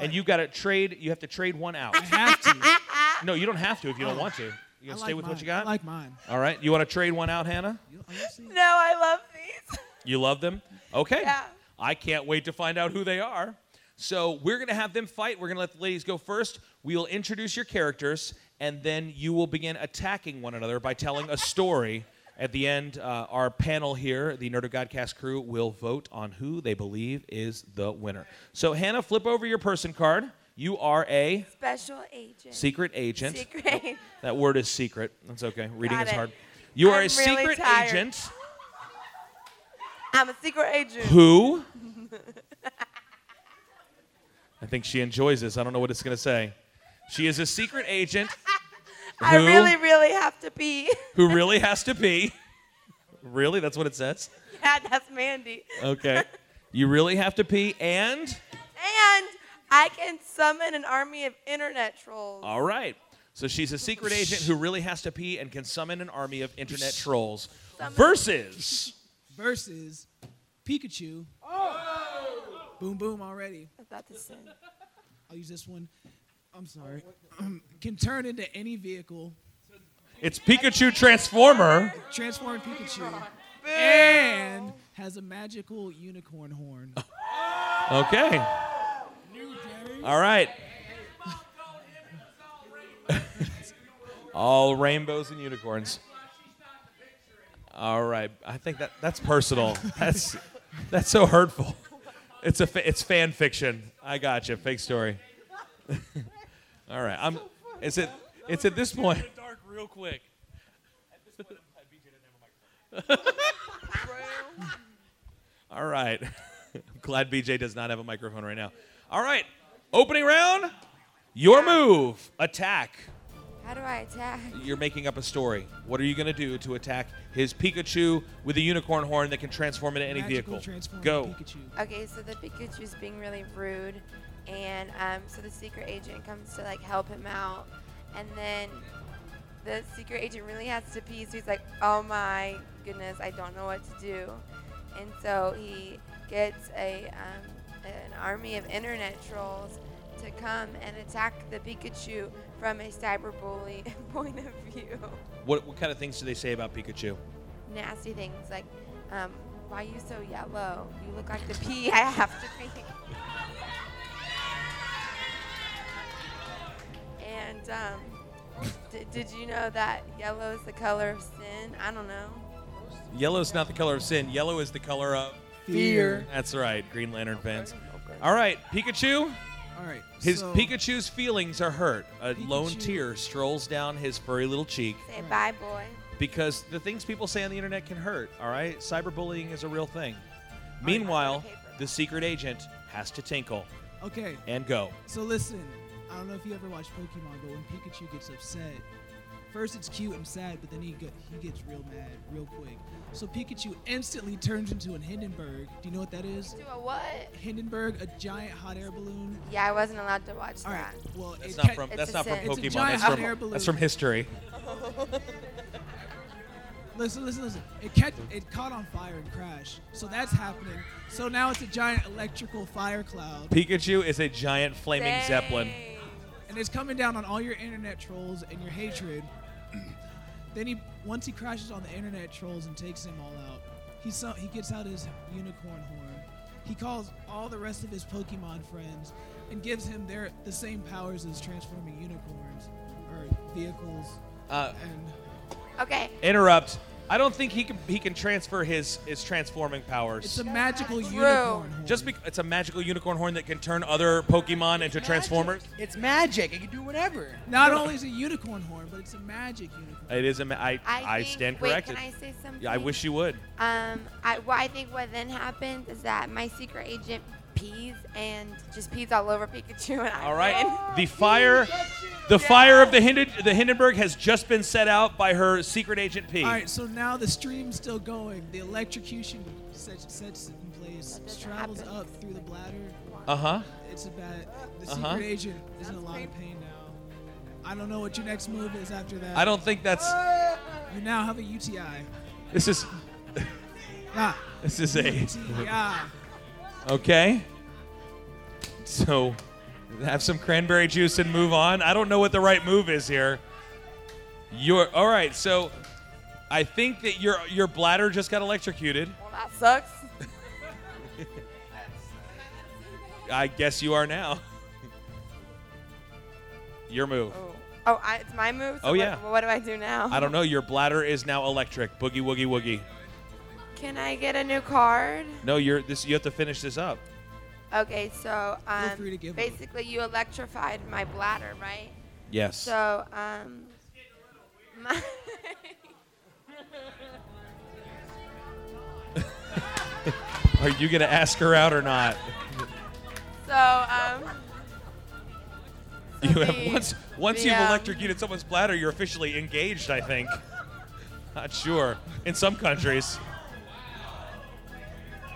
Speaker 2: and you got to trade. You have to trade one out.
Speaker 7: I have to.
Speaker 2: no, you don't have to if you don't want to. You
Speaker 7: I
Speaker 2: gonna
Speaker 7: like
Speaker 2: stay with
Speaker 7: mine.
Speaker 2: what you got.
Speaker 7: I like mine.
Speaker 2: All right. You want to trade one out, Hannah?
Speaker 7: You- oh, you see?
Speaker 11: No, I love these.
Speaker 2: You love them? Okay.
Speaker 11: Yeah.
Speaker 2: I can't wait to find out who they are. So we're going to have them fight. We're going to let the ladies go first. We will introduce your characters, and then you will begin attacking one another by telling a story. At the end, uh, our panel here, the Nerd of Godcast crew, will vote on who they believe is the winner. So, Hannah, flip over your person card. You are a
Speaker 11: Special agent.
Speaker 2: secret agent.
Speaker 11: Secret.
Speaker 2: That word is secret. That's okay. Reading
Speaker 11: Got
Speaker 2: is
Speaker 11: it.
Speaker 2: hard. You are
Speaker 11: I'm
Speaker 2: a
Speaker 11: really
Speaker 2: secret
Speaker 11: tired.
Speaker 2: agent
Speaker 11: I'm a secret agent.
Speaker 2: who I think she enjoys this. I don't know what it's going to say. She is a secret agent
Speaker 11: (laughs) I
Speaker 2: who?
Speaker 11: really, really have to pee.
Speaker 2: who really has to be Really? That's what it says?
Speaker 11: (laughs) yeah, that's Mandy. (laughs)
Speaker 2: Okay. You really have to pee and
Speaker 11: And I can summon an army of internet trolls.
Speaker 2: All right. So she's a secret agent who really has to pee and can summon an army of internet trolls versus
Speaker 12: versus Pikachu. Boom, boom already.
Speaker 11: Oh! About to sin.
Speaker 12: I'll use this one. I'm sorry. (clears throat) Um, can turn into any vehicle.
Speaker 2: it's Pikachu Transformer.
Speaker 12: Transform Pikachu. And has a magical unicorn horn.
Speaker 2: Okay. All right. (laughs) All rainbows and unicorns. All right. I think that that's
Speaker 4: (laughs)
Speaker 2: personal. That's that's so hurtful. It's a fa- it's fan fiction. I got you. Fake story. (laughs) All right. I'm. Is it? It's at this point.
Speaker 10: dark real quick.
Speaker 2: All right. (laughs) I'm glad BJ does not have a microphone right now. All right. Opening round. Your move. Attack.
Speaker 11: (laughs) How do I attack?
Speaker 2: You're making up a story. What are you going to do to attack his Pikachu with a unicorn horn that can transform into any
Speaker 12: Magical
Speaker 2: vehicle?
Speaker 12: transform
Speaker 2: Go.
Speaker 12: Pikachu.
Speaker 11: Okay, so the Pikachu's being really rude, and um, so the secret agent comes to like help him out, and then the secret agent really has to pee, so he's like, "Oh my goodness, I don't know what to do," and so he gets a um, an army of internet trolls to come and attack the Pikachu from a cyberbully (laughs) point of view.
Speaker 2: What, what kind of things do they say about Pikachu?
Speaker 11: Nasty things like, um, "Why you so yellow? You look like the pee I have to pee." And um, d- did you know that yellow is the color of sin? I don't know.
Speaker 2: Yellow is not the color of sin. Yellow is the color of
Speaker 12: Fear.
Speaker 2: That's right, Green Lantern fans. All right, Pikachu.
Speaker 12: All right,
Speaker 2: His
Speaker 12: so-
Speaker 2: Pikachu's feelings are hurt. A lone tear strolls down his furry little cheek
Speaker 11: Say bye, boy.
Speaker 2: because the things people say on the internet can hurt. All right, cyberbullying is a real thing. Meanwhile, the secret agent has to tinkle
Speaker 12: Okay.
Speaker 2: and go.
Speaker 12: So listen, I don't know if you ever watched Pokemon, but when Pikachu gets upset, first it's cute and sad, but then he get, he gets real mad real quick. So Pikachu instantly turns into an Hindenburg. Do you know what that is?
Speaker 11: Into a what?
Speaker 12: Hindenburg, a giant hot
Speaker 11: (laughs)
Speaker 12: air balloon.
Speaker 11: Yeah, I wasn't allowed to watch
Speaker 12: All right.
Speaker 11: that.
Speaker 12: Well,
Speaker 2: That's
Speaker 12: it
Speaker 2: not
Speaker 12: ca-
Speaker 2: from.
Speaker 11: It's
Speaker 2: That's
Speaker 11: a
Speaker 2: not from
Speaker 11: sin. It's a
Speaker 2: Pokemon.
Speaker 12: giant
Speaker 2: That's
Speaker 12: hot air
Speaker 2: from.
Speaker 12: balloon.
Speaker 2: That's from history.
Speaker 12: Listen, listen, listen. It catch, it caught on fire and crashed. So that's happening. So now it's a giant electrical fire cloud.
Speaker 2: Pikachu is a giant flaming zeppelin.
Speaker 12: and it's coming down on all your internet trolls and your hatred. then he, once he crashes on the internet trolls and takes them all out, he so, he gets out his unicorn horn. He calls all the rest of his Pokemon friends and gives him their the same powers as transforming unicorns or vehicles.
Speaker 2: Uh,
Speaker 11: Okay.
Speaker 2: Interrupt. I don't think he can. He can transfer his his transforming powers.
Speaker 12: It's a magical unicorn.
Speaker 2: Just because it's a magical unicorn horn that can turn other Pokemon into Transformers.
Speaker 12: It's magic. It can do whatever. Not only is it a unicorn horn, but it's a magic unicorn.
Speaker 2: It is a. Ma- I
Speaker 11: I
Speaker 2: I,
Speaker 11: think-
Speaker 2: stand
Speaker 11: wait,
Speaker 2: corrected.
Speaker 11: can I say something?
Speaker 2: Yeah, I wish you would.
Speaker 11: Um, I, well, I think what then happened is that my secret agent pees and just pees all over Pikachu and I
Speaker 2: All right. The fire, the fire of the Hinden, the Hindenburg has just been set out by her secret agent P.
Speaker 12: All right, so now the stream's still going. The electrocution sets, sets it in place, travels up through the bladder.
Speaker 2: Uh-huh.
Speaker 12: It's a bad. The secret
Speaker 2: Uh-huh.
Speaker 12: agent is in a lot of pain now. I don't know what your next move is after that.
Speaker 2: I don't think that's.
Speaker 12: You now have a UTI.
Speaker 2: This is.
Speaker 12: Ah.
Speaker 2: (laughs) This is a.
Speaker 12: UTI.
Speaker 2: Okay. So, have some cranberry juice and move on. I don't know what the right move is here. You're all right. So, I think that your your bladder just got electrocuted.
Speaker 11: Well, that sucks.
Speaker 2: I guess you are now. (laughs) Your move.
Speaker 11: Oh, I, it's my move. So
Speaker 2: Oh,
Speaker 11: what-
Speaker 2: yeah.
Speaker 11: What, do I do now?
Speaker 2: I don't know. Your bladder is now electric. Boogie woogie woogie.
Speaker 11: Can I get a new card?
Speaker 2: No, you're this. You have to finish this up.
Speaker 11: Okay, so um,
Speaker 2: free to give them.
Speaker 11: basically you electrified my bladder, right?
Speaker 2: Yes.
Speaker 11: So um, (laughs) my (laughs)
Speaker 2: Are you gonna ask her out or not?
Speaker 11: so um,
Speaker 2: You have
Speaker 11: the-
Speaker 2: once once
Speaker 11: the,
Speaker 2: you've
Speaker 11: um,
Speaker 2: electrocuted someone's bladder, you're officially engaged. I think. Not sure. In some countries.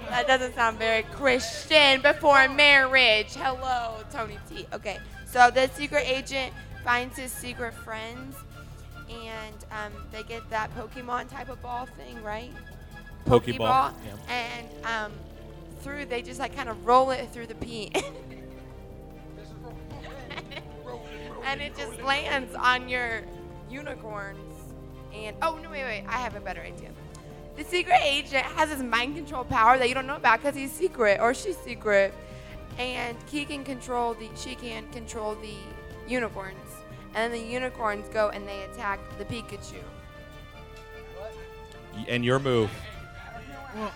Speaker 11: that doesn't sound very Christian before marriage. Hello, Tony T. Okay, so the secret agent finds his secret friends, and um, they get that Pokemon type of ball thing, right?
Speaker 2: Pokeball.
Speaker 11: Pokeball,
Speaker 2: Yeah.
Speaker 11: and um, through they just like kind of roll it through the pee, (laughs) and it just lands on your unicorns. And oh no, wait, wait, I have a better idea. The secret agent has this mind control power that you don't know about because he's secret or she's secret, and he can control the she can control the unicorns, and the unicorns go and they attack the Pikachu.
Speaker 2: And your move.
Speaker 12: Well,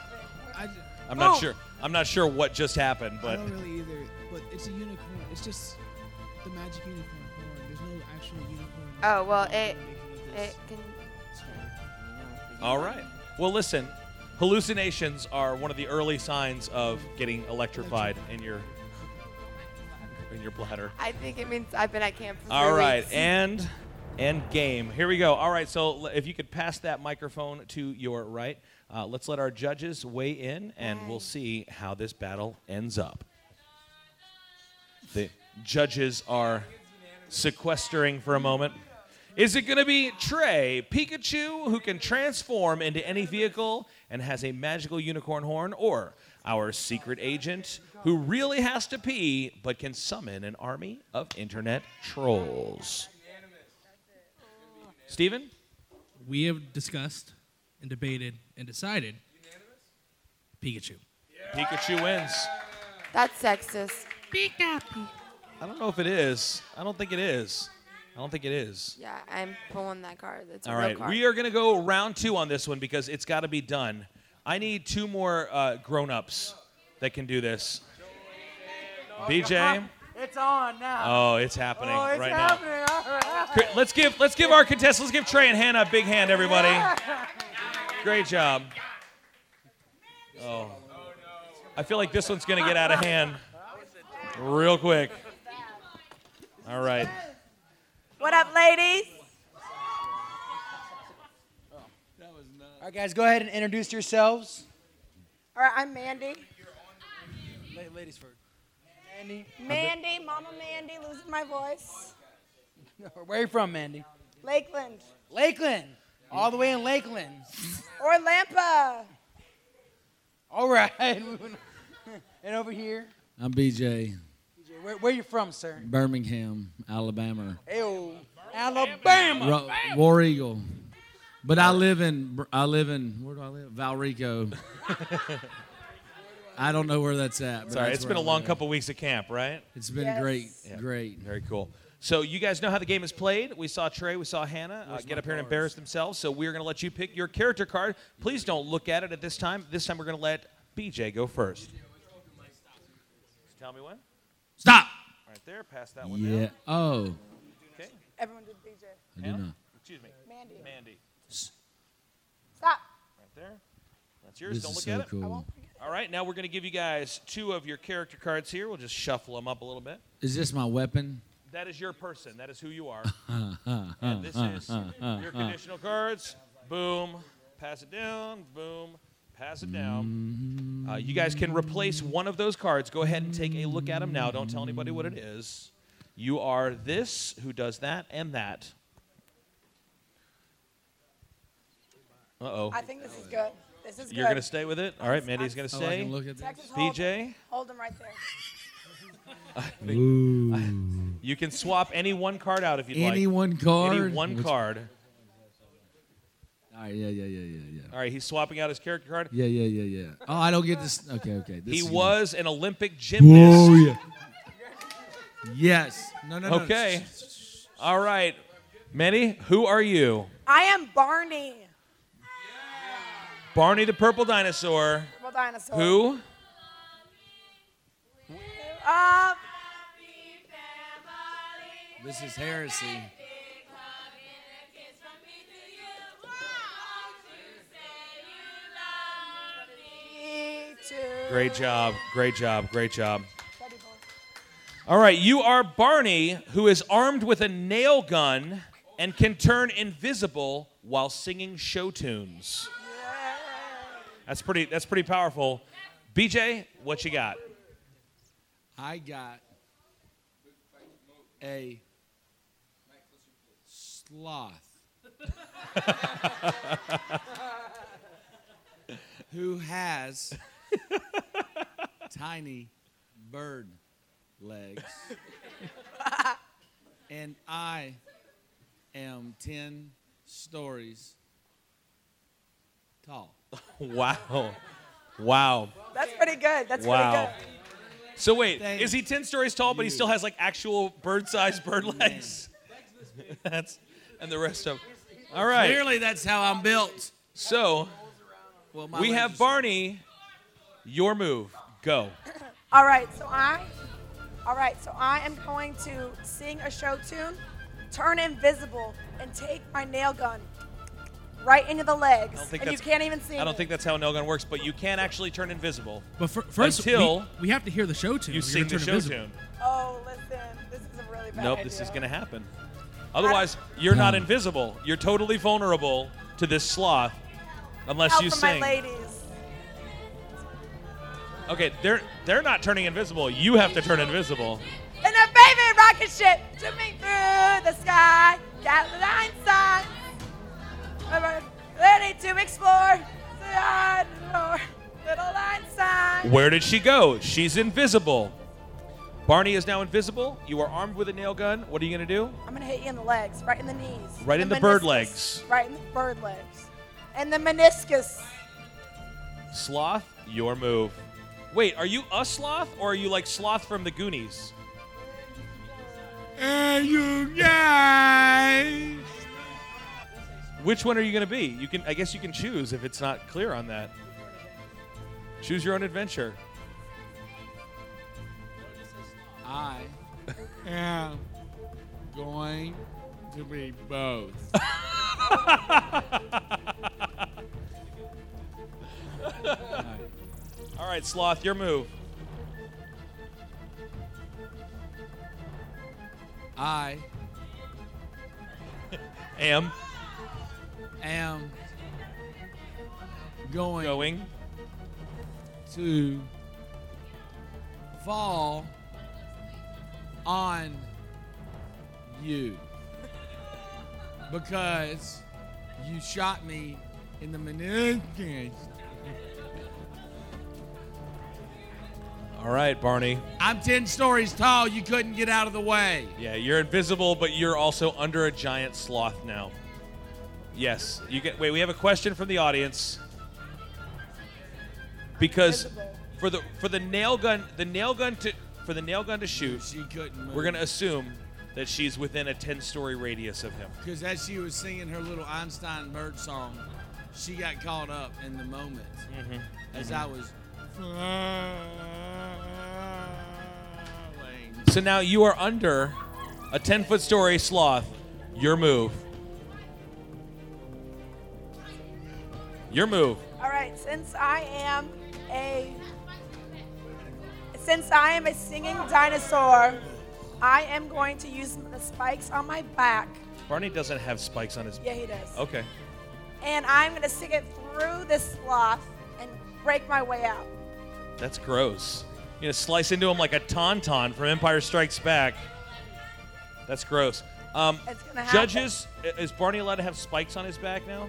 Speaker 12: I. j-
Speaker 2: I'm not
Speaker 12: Oh!
Speaker 2: sure. I'm not sure what just happened,
Speaker 12: I
Speaker 2: but
Speaker 12: don't really either. But it's a unicorn. It's just the magic unicorn horn. There's no actual unicorn.
Speaker 11: Oh well, it it can.
Speaker 2: all right. Well, listen. Hallucinations are one of the early signs of getting electrified in your in your bladder.
Speaker 11: I think it means I've been at camp for
Speaker 2: All
Speaker 11: three
Speaker 2: right,
Speaker 11: weeks.
Speaker 2: and and game. Here we go. All right, so l- if you could pass that microphone to your right, uh, let's let our judges weigh in, and we'll see how this battle ends up. The judges are sequestering for a moment. Is it going to be Trey Pikachu, who can transform into any vehicle and has a magical unicorn horn, or our secret agent, who really has to pee but can summon an army of internet trolls? Steven?
Speaker 4: We have discussed and debated and decided. Pikachu.
Speaker 2: Pikachu wins.
Speaker 11: That's sexist.
Speaker 2: I don't know if it is. I don't think it is. I don't think it is.
Speaker 11: Yeah, I'm pulling that card. That's a
Speaker 2: All
Speaker 11: real
Speaker 2: right,
Speaker 11: card.
Speaker 2: we are going to go round two on this one because it's got to be done. I need two more uh, grown-ups that can do this. BJ.
Speaker 3: It's on now.
Speaker 2: Oh, it's happening
Speaker 3: Oh, it's
Speaker 2: right
Speaker 3: happening.
Speaker 2: now.
Speaker 3: All right.
Speaker 2: Cr- Let's give let's give our contestants, let's give Trey and Hannah a big hand, everybody. Great job. Oh. I feel like this one's gonna get out of hand real quick. All right.
Speaker 11: What up, ladies?
Speaker 3: All right, guys, go ahead and introduce yourselves. (laughs)
Speaker 10: All right, I'm Mandy.
Speaker 3: La- Ladies first. Mandy.
Speaker 10: Mandy, Mama Mandy, losing my voice.
Speaker 3: Where are you from, Mandy?
Speaker 10: Lakeland.
Speaker 3: Lakeland. All the way in Lakeland.
Speaker 10: Or Lampa.
Speaker 3: All right. (laughs) moving on. and over here,
Speaker 13: I'm BJ,
Speaker 3: DJ, where, where you from, sir?
Speaker 13: Birmingham, Alabama.
Speaker 3: Ayo, Alabama.
Speaker 13: Ro-
Speaker 3: (laughs)
Speaker 13: War Eagle. But I live in I live in where do I live? Valrico. I don't know where that's at. But
Speaker 2: Sorry,
Speaker 13: that's
Speaker 2: it's
Speaker 13: where
Speaker 2: been a
Speaker 13: I
Speaker 2: long
Speaker 13: live.
Speaker 2: couple weeks at camp, right?
Speaker 13: It's been Yes. great, great.
Speaker 2: Very cool. So you guys know how the game is played. We saw Trey, we saw Hannah uh,
Speaker 13: Where's
Speaker 2: get
Speaker 13: my
Speaker 2: up here and
Speaker 13: cards?
Speaker 2: embarrass themselves. So we're going to let you pick your character card. Please don't look at it at this time. This time we're going to let BJ go first. Tell me when.
Speaker 13: Stop.
Speaker 2: Right there. Pass that one.
Speaker 13: Yeah.
Speaker 2: down.
Speaker 13: Oh,
Speaker 2: Okay.
Speaker 10: Everyone did BJ.
Speaker 13: I do not.
Speaker 2: Excuse me.
Speaker 10: Mandy.
Speaker 2: Mandy.
Speaker 10: Stop.
Speaker 2: Right there. That's yours.
Speaker 13: This
Speaker 2: Don't
Speaker 13: is
Speaker 2: look
Speaker 13: so
Speaker 2: at it.
Speaker 13: cool. I won't
Speaker 2: All right. Now we're going to give you guys two of your character cards here. We'll just shuffle them up a little bit.
Speaker 13: Is this my weapon?
Speaker 2: That is your person. That is who (laughs) you are.
Speaker 13: and
Speaker 2: and this is your conditional cards. Boom. Pass it down. Boom. Pass it down. Uh, you guys can replace one of those cards. Go ahead and take a look at them now. Don't tell anybody what it is. You are this, who does that, and that. Uh oh. (laughs)
Speaker 10: I think this is good. This is good.
Speaker 2: You're going to stay with it? All right, Mandy's going to
Speaker 13: Oh, I
Speaker 2: stay.
Speaker 13: can look at
Speaker 10: Texas, hold
Speaker 2: BJ,
Speaker 10: him. Hold him right there.
Speaker 2: you can swap any one card out if you'd like.
Speaker 13: Any one card?
Speaker 2: Any one
Speaker 13: Which-
Speaker 2: card.
Speaker 13: All right. Yeah. Yeah. Yeah. Yeah.
Speaker 2: All right, he's swapping out his character card.
Speaker 13: Yeah. Yeah. Yeah. Yeah. Yeah. Oh, I don't get this. Okay. Okay. This
Speaker 2: he
Speaker 13: is-
Speaker 2: was an Olympic gymnast.
Speaker 13: Whoa. Yeah. Yes. No. No. No.
Speaker 2: Okay. All right. Manny, who are you?
Speaker 10: I am Barney.
Speaker 2: Barney the purple dinosaur.
Speaker 10: Well, dinosaur.
Speaker 2: Who?
Speaker 10: Uh,
Speaker 13: This is heresy.
Speaker 10: me too.
Speaker 2: Great job. Great job. Great job. All right, you are Barney, who is armed with a nail gun and can turn invisible while singing show tunes. That's pretty. That's pretty powerful. BJ, what you got? (laughs)
Speaker 13: I got a sloth (laughs) who has tiny bird legs, and I am 10 stories tall.
Speaker 2: Wow, wow,
Speaker 10: That's pretty good. That's
Speaker 2: wow.
Speaker 10: pretty good.
Speaker 2: So wait, is he ten stories tall, but he still has like actual bird-sized bird legs? (laughs) that's and the rest of. All right.
Speaker 13: Clearly, that's how I'm built.
Speaker 2: So
Speaker 13: Well, my
Speaker 2: we
Speaker 13: legs
Speaker 2: have Barney. Your move. Go.
Speaker 10: All right, so I, all right, so I am going to sing a show tune, turn invisible, and take my nail gun right into the legs,
Speaker 2: I don't think
Speaker 10: and you
Speaker 2: that's-
Speaker 10: can't even see
Speaker 2: I don't
Speaker 10: me.
Speaker 2: think that's how nail gun works, but you can actually turn invisible.
Speaker 4: But fir- first, we-
Speaker 2: until
Speaker 4: we, have to hear the show tune.
Speaker 2: you
Speaker 4: if
Speaker 2: sing
Speaker 4: you're gonna
Speaker 2: the
Speaker 4: turn
Speaker 2: show
Speaker 4: invisible.
Speaker 2: tune.
Speaker 10: Oh, listen, this is a really bad
Speaker 2: Nope,
Speaker 10: idea.
Speaker 2: this is gonna happen. Otherwise, you're not
Speaker 13: Dumb.
Speaker 2: invisible. You're totally vulnerable to this sloth, unless
Speaker 10: Help
Speaker 2: you
Speaker 10: from
Speaker 2: sing.
Speaker 10: my ladies.
Speaker 2: Okay, they're they're not turning invisible. You have to turn invisible.
Speaker 10: In a baby rocket ship, zooming through the sky, Gatlin Einstein. Remember, ready to explore the yard door, little Einstein.
Speaker 2: Where did she go? She's invisible. Barney is now invisible. You are armed with a nail gun. What are you gonna do?
Speaker 10: I'm gonna hit you in the legs, right in the knees.
Speaker 2: Right in the bird legs.
Speaker 10: Right in the bird legs. And the meniscus.
Speaker 2: Sloth, your move. Wait, are you a sloth or are you like sloth from the Goonies?
Speaker 13: And you guys.
Speaker 2: Which one are you gonna be? You can I guess you can choose if it's not clear on that. Choose your own adventure. (laughs)
Speaker 7: I am going to be both.
Speaker 2: All right, Sloth, your move.
Speaker 7: I
Speaker 2: Am.
Speaker 7: am going
Speaker 2: going
Speaker 7: to fall on you because you shot me in the meniscus.
Speaker 2: All right, Barney.
Speaker 13: I'm 10 stories tall. You couldn't get out of the way.
Speaker 2: Yeah, you're invisible, but you're also under a giant sloth now. Yes, you get. Wait, we have a question from the audience. Because for the for the nail gun, the nail gun to for the nail gun to shoot,
Speaker 7: she couldn't.
Speaker 2: We're
Speaker 7: move.
Speaker 2: gonna assume that she's within a ten-story radius of him.
Speaker 13: Because as she was singing her little Einstein bird song, she got caught up in the moment.
Speaker 2: Mhm.
Speaker 13: As
Speaker 2: Mhm.
Speaker 13: I was flying.
Speaker 2: So now you are under a ten-foot story sloth. Your move. Your move.
Speaker 10: All right, since I am a since I am a singing dinosaur, I am going to use the spikes on my back,
Speaker 2: Barney doesn't have spikes on his.
Speaker 10: Yeah, he does.
Speaker 2: Okay.
Speaker 10: and I'm going to stick it through this sloth and break my way out.
Speaker 2: That's gross. You know, slice into him like a tauntaun from Empire Strikes Back. That's gross. Um,
Speaker 10: It's gonna happen.
Speaker 2: judges, i- is Barney allowed to have spikes on his back now?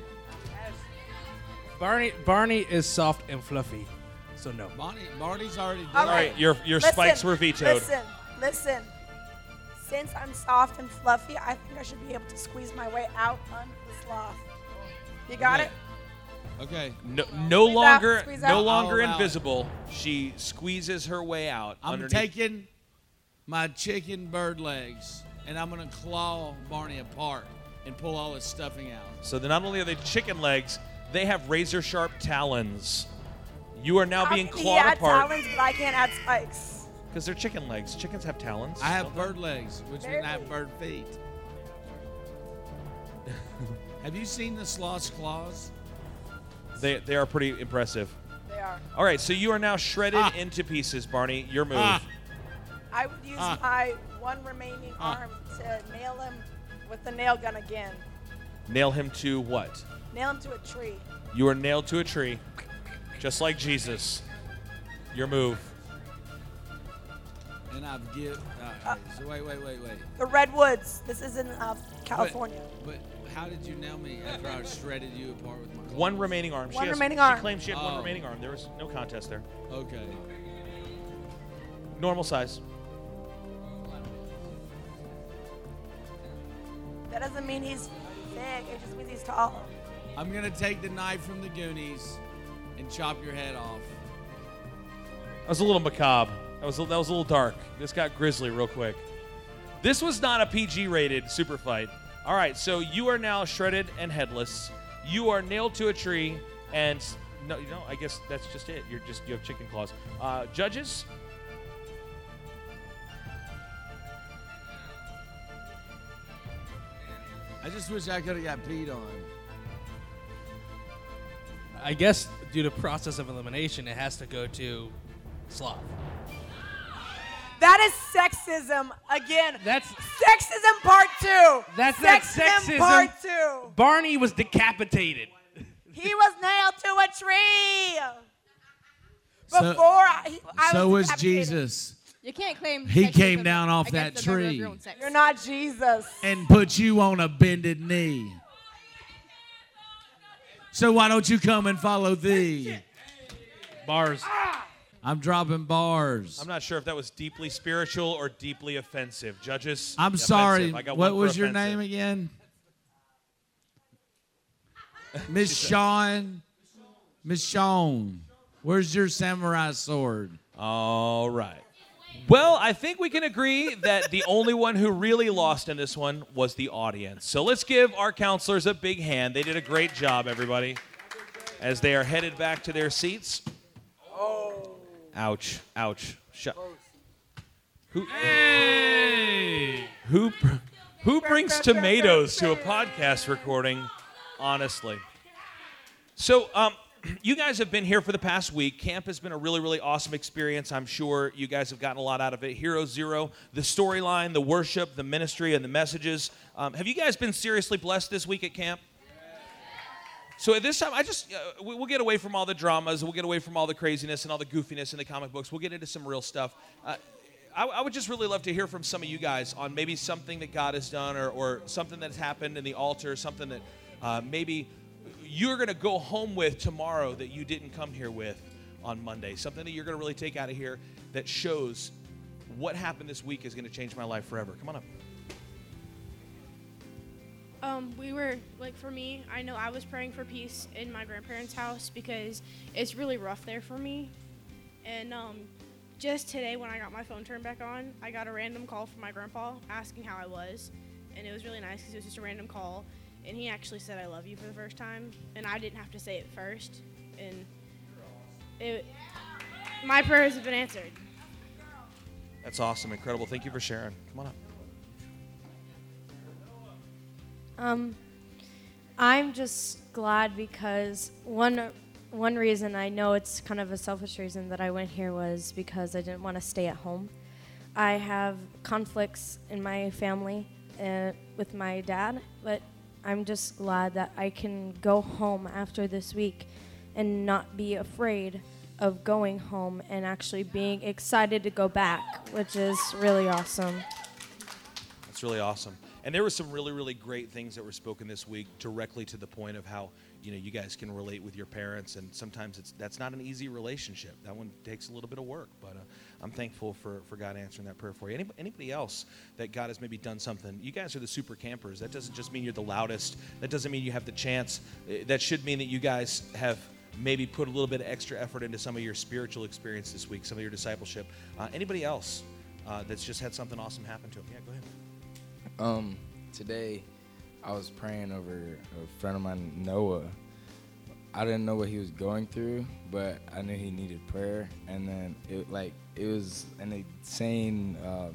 Speaker 14: Barney Barney is soft and fluffy, so no.
Speaker 13: Barney, Barney's already dead.
Speaker 10: All
Speaker 2: All right, your your
Speaker 10: Listen,
Speaker 2: spikes were vetoed.
Speaker 10: Listen, listen. Since I'm soft and fluffy, I think I should be able to squeeze my way out on the sloth. You got it?
Speaker 7: Okay.
Speaker 2: No, no
Speaker 10: out,
Speaker 2: longer,
Speaker 10: squeeze
Speaker 2: no
Speaker 10: out.
Speaker 2: longer
Speaker 13: I'll allow it.
Speaker 2: invisible. She squeezes her way out.
Speaker 13: I'm
Speaker 2: underneath.
Speaker 13: taking my chicken bird legs and I'm going to claw Barney apart and pull all his stuffing out.
Speaker 2: So then not only are they chicken legs, they have razor sharp talons. You are now
Speaker 10: How
Speaker 2: being
Speaker 10: can he
Speaker 2: clawed
Speaker 10: add
Speaker 2: apart
Speaker 10: talons, but I can't add spikes.
Speaker 2: because they're chicken legs. Chickens have talons.
Speaker 13: I have
Speaker 2: don't
Speaker 13: bird legs, which means I have bird feet. have you seen the sloth's claws?
Speaker 2: They they are pretty impressive.
Speaker 10: They are.
Speaker 2: All right, so you are now shredded into pieces, Barney. Your move.
Speaker 13: Ah.
Speaker 10: I would use
Speaker 2: Ah.
Speaker 10: my one remaining
Speaker 2: Ah.
Speaker 10: arm to nail him with the nail gun again.
Speaker 2: Nail him to what?
Speaker 10: Nail him to a tree.
Speaker 2: You are nailed to a tree, just like Jesus. Your move.
Speaker 13: And I've give. Uh, so wait, wait, wait, wait.
Speaker 10: The redwoods. This is in uh, California.
Speaker 13: But, but how did you nail me after I shredded you apart with my claws?
Speaker 2: One remaining arm.
Speaker 10: One
Speaker 2: she has,
Speaker 10: remaining
Speaker 2: she
Speaker 10: arm.
Speaker 2: claims she had one
Speaker 13: Oh.
Speaker 2: remaining arm. There was no contest there.
Speaker 13: Okay.
Speaker 2: Normal size.
Speaker 10: That doesn't mean he's big. It just means he's tall.
Speaker 13: I'm gonna take the knife from the Goonies and chop your head off.
Speaker 2: That was a little macabre. That was a, that was a little dark. This got grisly real quick. This was not a PG rated super fight. All right, so you are now shredded and headless. You are nailed to a tree, and s- no, you know, I guess that's just it. You're just you have chicken claws. Uh, judges,
Speaker 13: I just wish I could have got peed on.
Speaker 14: I guess due to process of elimination, it has to go to Sloth.
Speaker 10: That is sexism again.
Speaker 14: That's
Speaker 10: sexism part two.
Speaker 14: That's not sexism.
Speaker 10: sexism, part two.
Speaker 14: Barney was decapitated.
Speaker 10: He was nailed to a tree.
Speaker 13: So-
Speaker 10: Before I, he, I
Speaker 13: so
Speaker 10: was
Speaker 13: was
Speaker 10: (laughs)
Speaker 13: Jesus.
Speaker 10: You can't claim
Speaker 13: He came down off that tree
Speaker 10: You're not Jesus.
Speaker 13: and put you on a bended knee. So why don't you come and follow thee?
Speaker 14: Bars.
Speaker 13: I'm dropping bars.
Speaker 2: I'm not sure if that was deeply spiritual or deeply offensive. Judges,
Speaker 13: I'm
Speaker 2: offensive.
Speaker 13: sorry.
Speaker 2: I got
Speaker 13: What
Speaker 2: one for
Speaker 13: was your
Speaker 2: offensive.
Speaker 13: name
Speaker 3: (laughs)
Speaker 13: again? Miss Sean. Miss Sean. Where's your samurai sword?
Speaker 2: All right. Well, I think we can agree that the only one who really lost in this one was the audience. So let's give our counselors a big hand. They did a great job, everybody, as they are headed back to their seats. Ouch. Ouch. Shut. Who?
Speaker 15: Who?
Speaker 2: Who brings tomatoes to a podcast recording? Honestly. So, um, (clears throat) you guys have been here for the past week. Camp has been a really, really awesome experience. I'm sure you guys have gotten a lot out of it. Hero Zero, the storyline, the worship, the ministry, and the messages. Um, have you guys been seriously blessed this week at camp? So at this time, I just uh, we- we'll get away from all the dramas, we'll get away from all the craziness and all the goofiness in the comic books. We'll get into some real stuff. Uh, I, I would just really love to hear from some of you guys on maybe something that God has done, or or something that's happened in the altar, something that uh, maybe you're going to go home with tomorrow that you didn't come here with on Monday. Something that you're going to really take out of here that shows what happened this week is going to change my life forever. Come on up.
Speaker 9: Um, we were like for me, I know I was praying for peace in my grandparents' house because it's really rough there for me. And um, just today when I got my phone turned back on, I got a random call from my grandpa asking how I was, and it was really nice because it was just a random call, and he actually said I love you for the first time, and I didn't have to say it first, and it, my prayers have been answered.
Speaker 2: That's awesome, incredible. Thank you for sharing. Come on up.
Speaker 16: Um, I'm just glad because one one reason I know it's kind of a selfish reason that I went here was because I didn't want to stay at home. I have conflicts in my family uh, with my dad, but I'm just glad that I can go home after this week and not be afraid of going home and actually being excited to go back, which is really awesome.
Speaker 2: That's really awesome. And there were some really, really great things that were spoken this week, directly to the point of how you know you guys can relate with your parents, and sometimes it's that's not an easy relationship. That one takes a little bit of work, but uh, I'm thankful for for God answering that prayer for you. Anybody, anybody else that God has maybe done something? You guys are the super campers. That doesn't just mean you're the loudest. That doesn't mean you have the chance. Uh, That should mean that you guys have maybe put a little bit of extra effort into some of your spiritual experience this week, some of your discipleship. Uh, anybody else uh, that's just had something awesome happen to them? Yeah, go ahead.
Speaker 1: Um, today, I was praying over a friend of mine, Noah. I didn't know what he was going through, but I knew he needed prayer. And then it like it was an insane, um,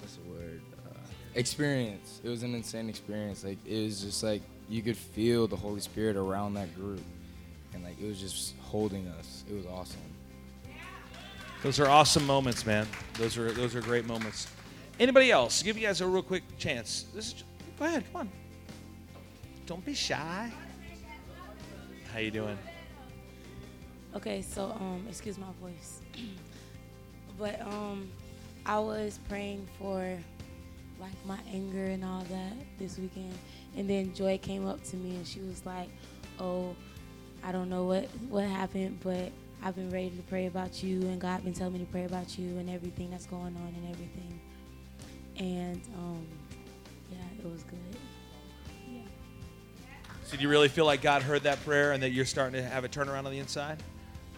Speaker 1: what's the word? Uh, experience. It was an insane experience. Like it was just like you could feel the Holy Spirit around that group, and like it was just holding us. It was awesome.
Speaker 2: Those are awesome moments, man. Those are those are great moments. Anybody else? Give you guys a real quick chance. This is, go ahead, come on. Don't be shy. How you doing?
Speaker 17: Okay, so um, excuse my voice, (clears throat) but um, I was praying for like my anger and all that this weekend, and then Joy came up to me and she was like, "Oh, I don't know what what happened, but I've been ready to pray about you, and God been telling me to pray about you and everything that's going on and everything." And um, yeah, it was good. Yeah.
Speaker 2: So do you really feel like God heard that prayer and that you're starting to have a turnaround on the inside?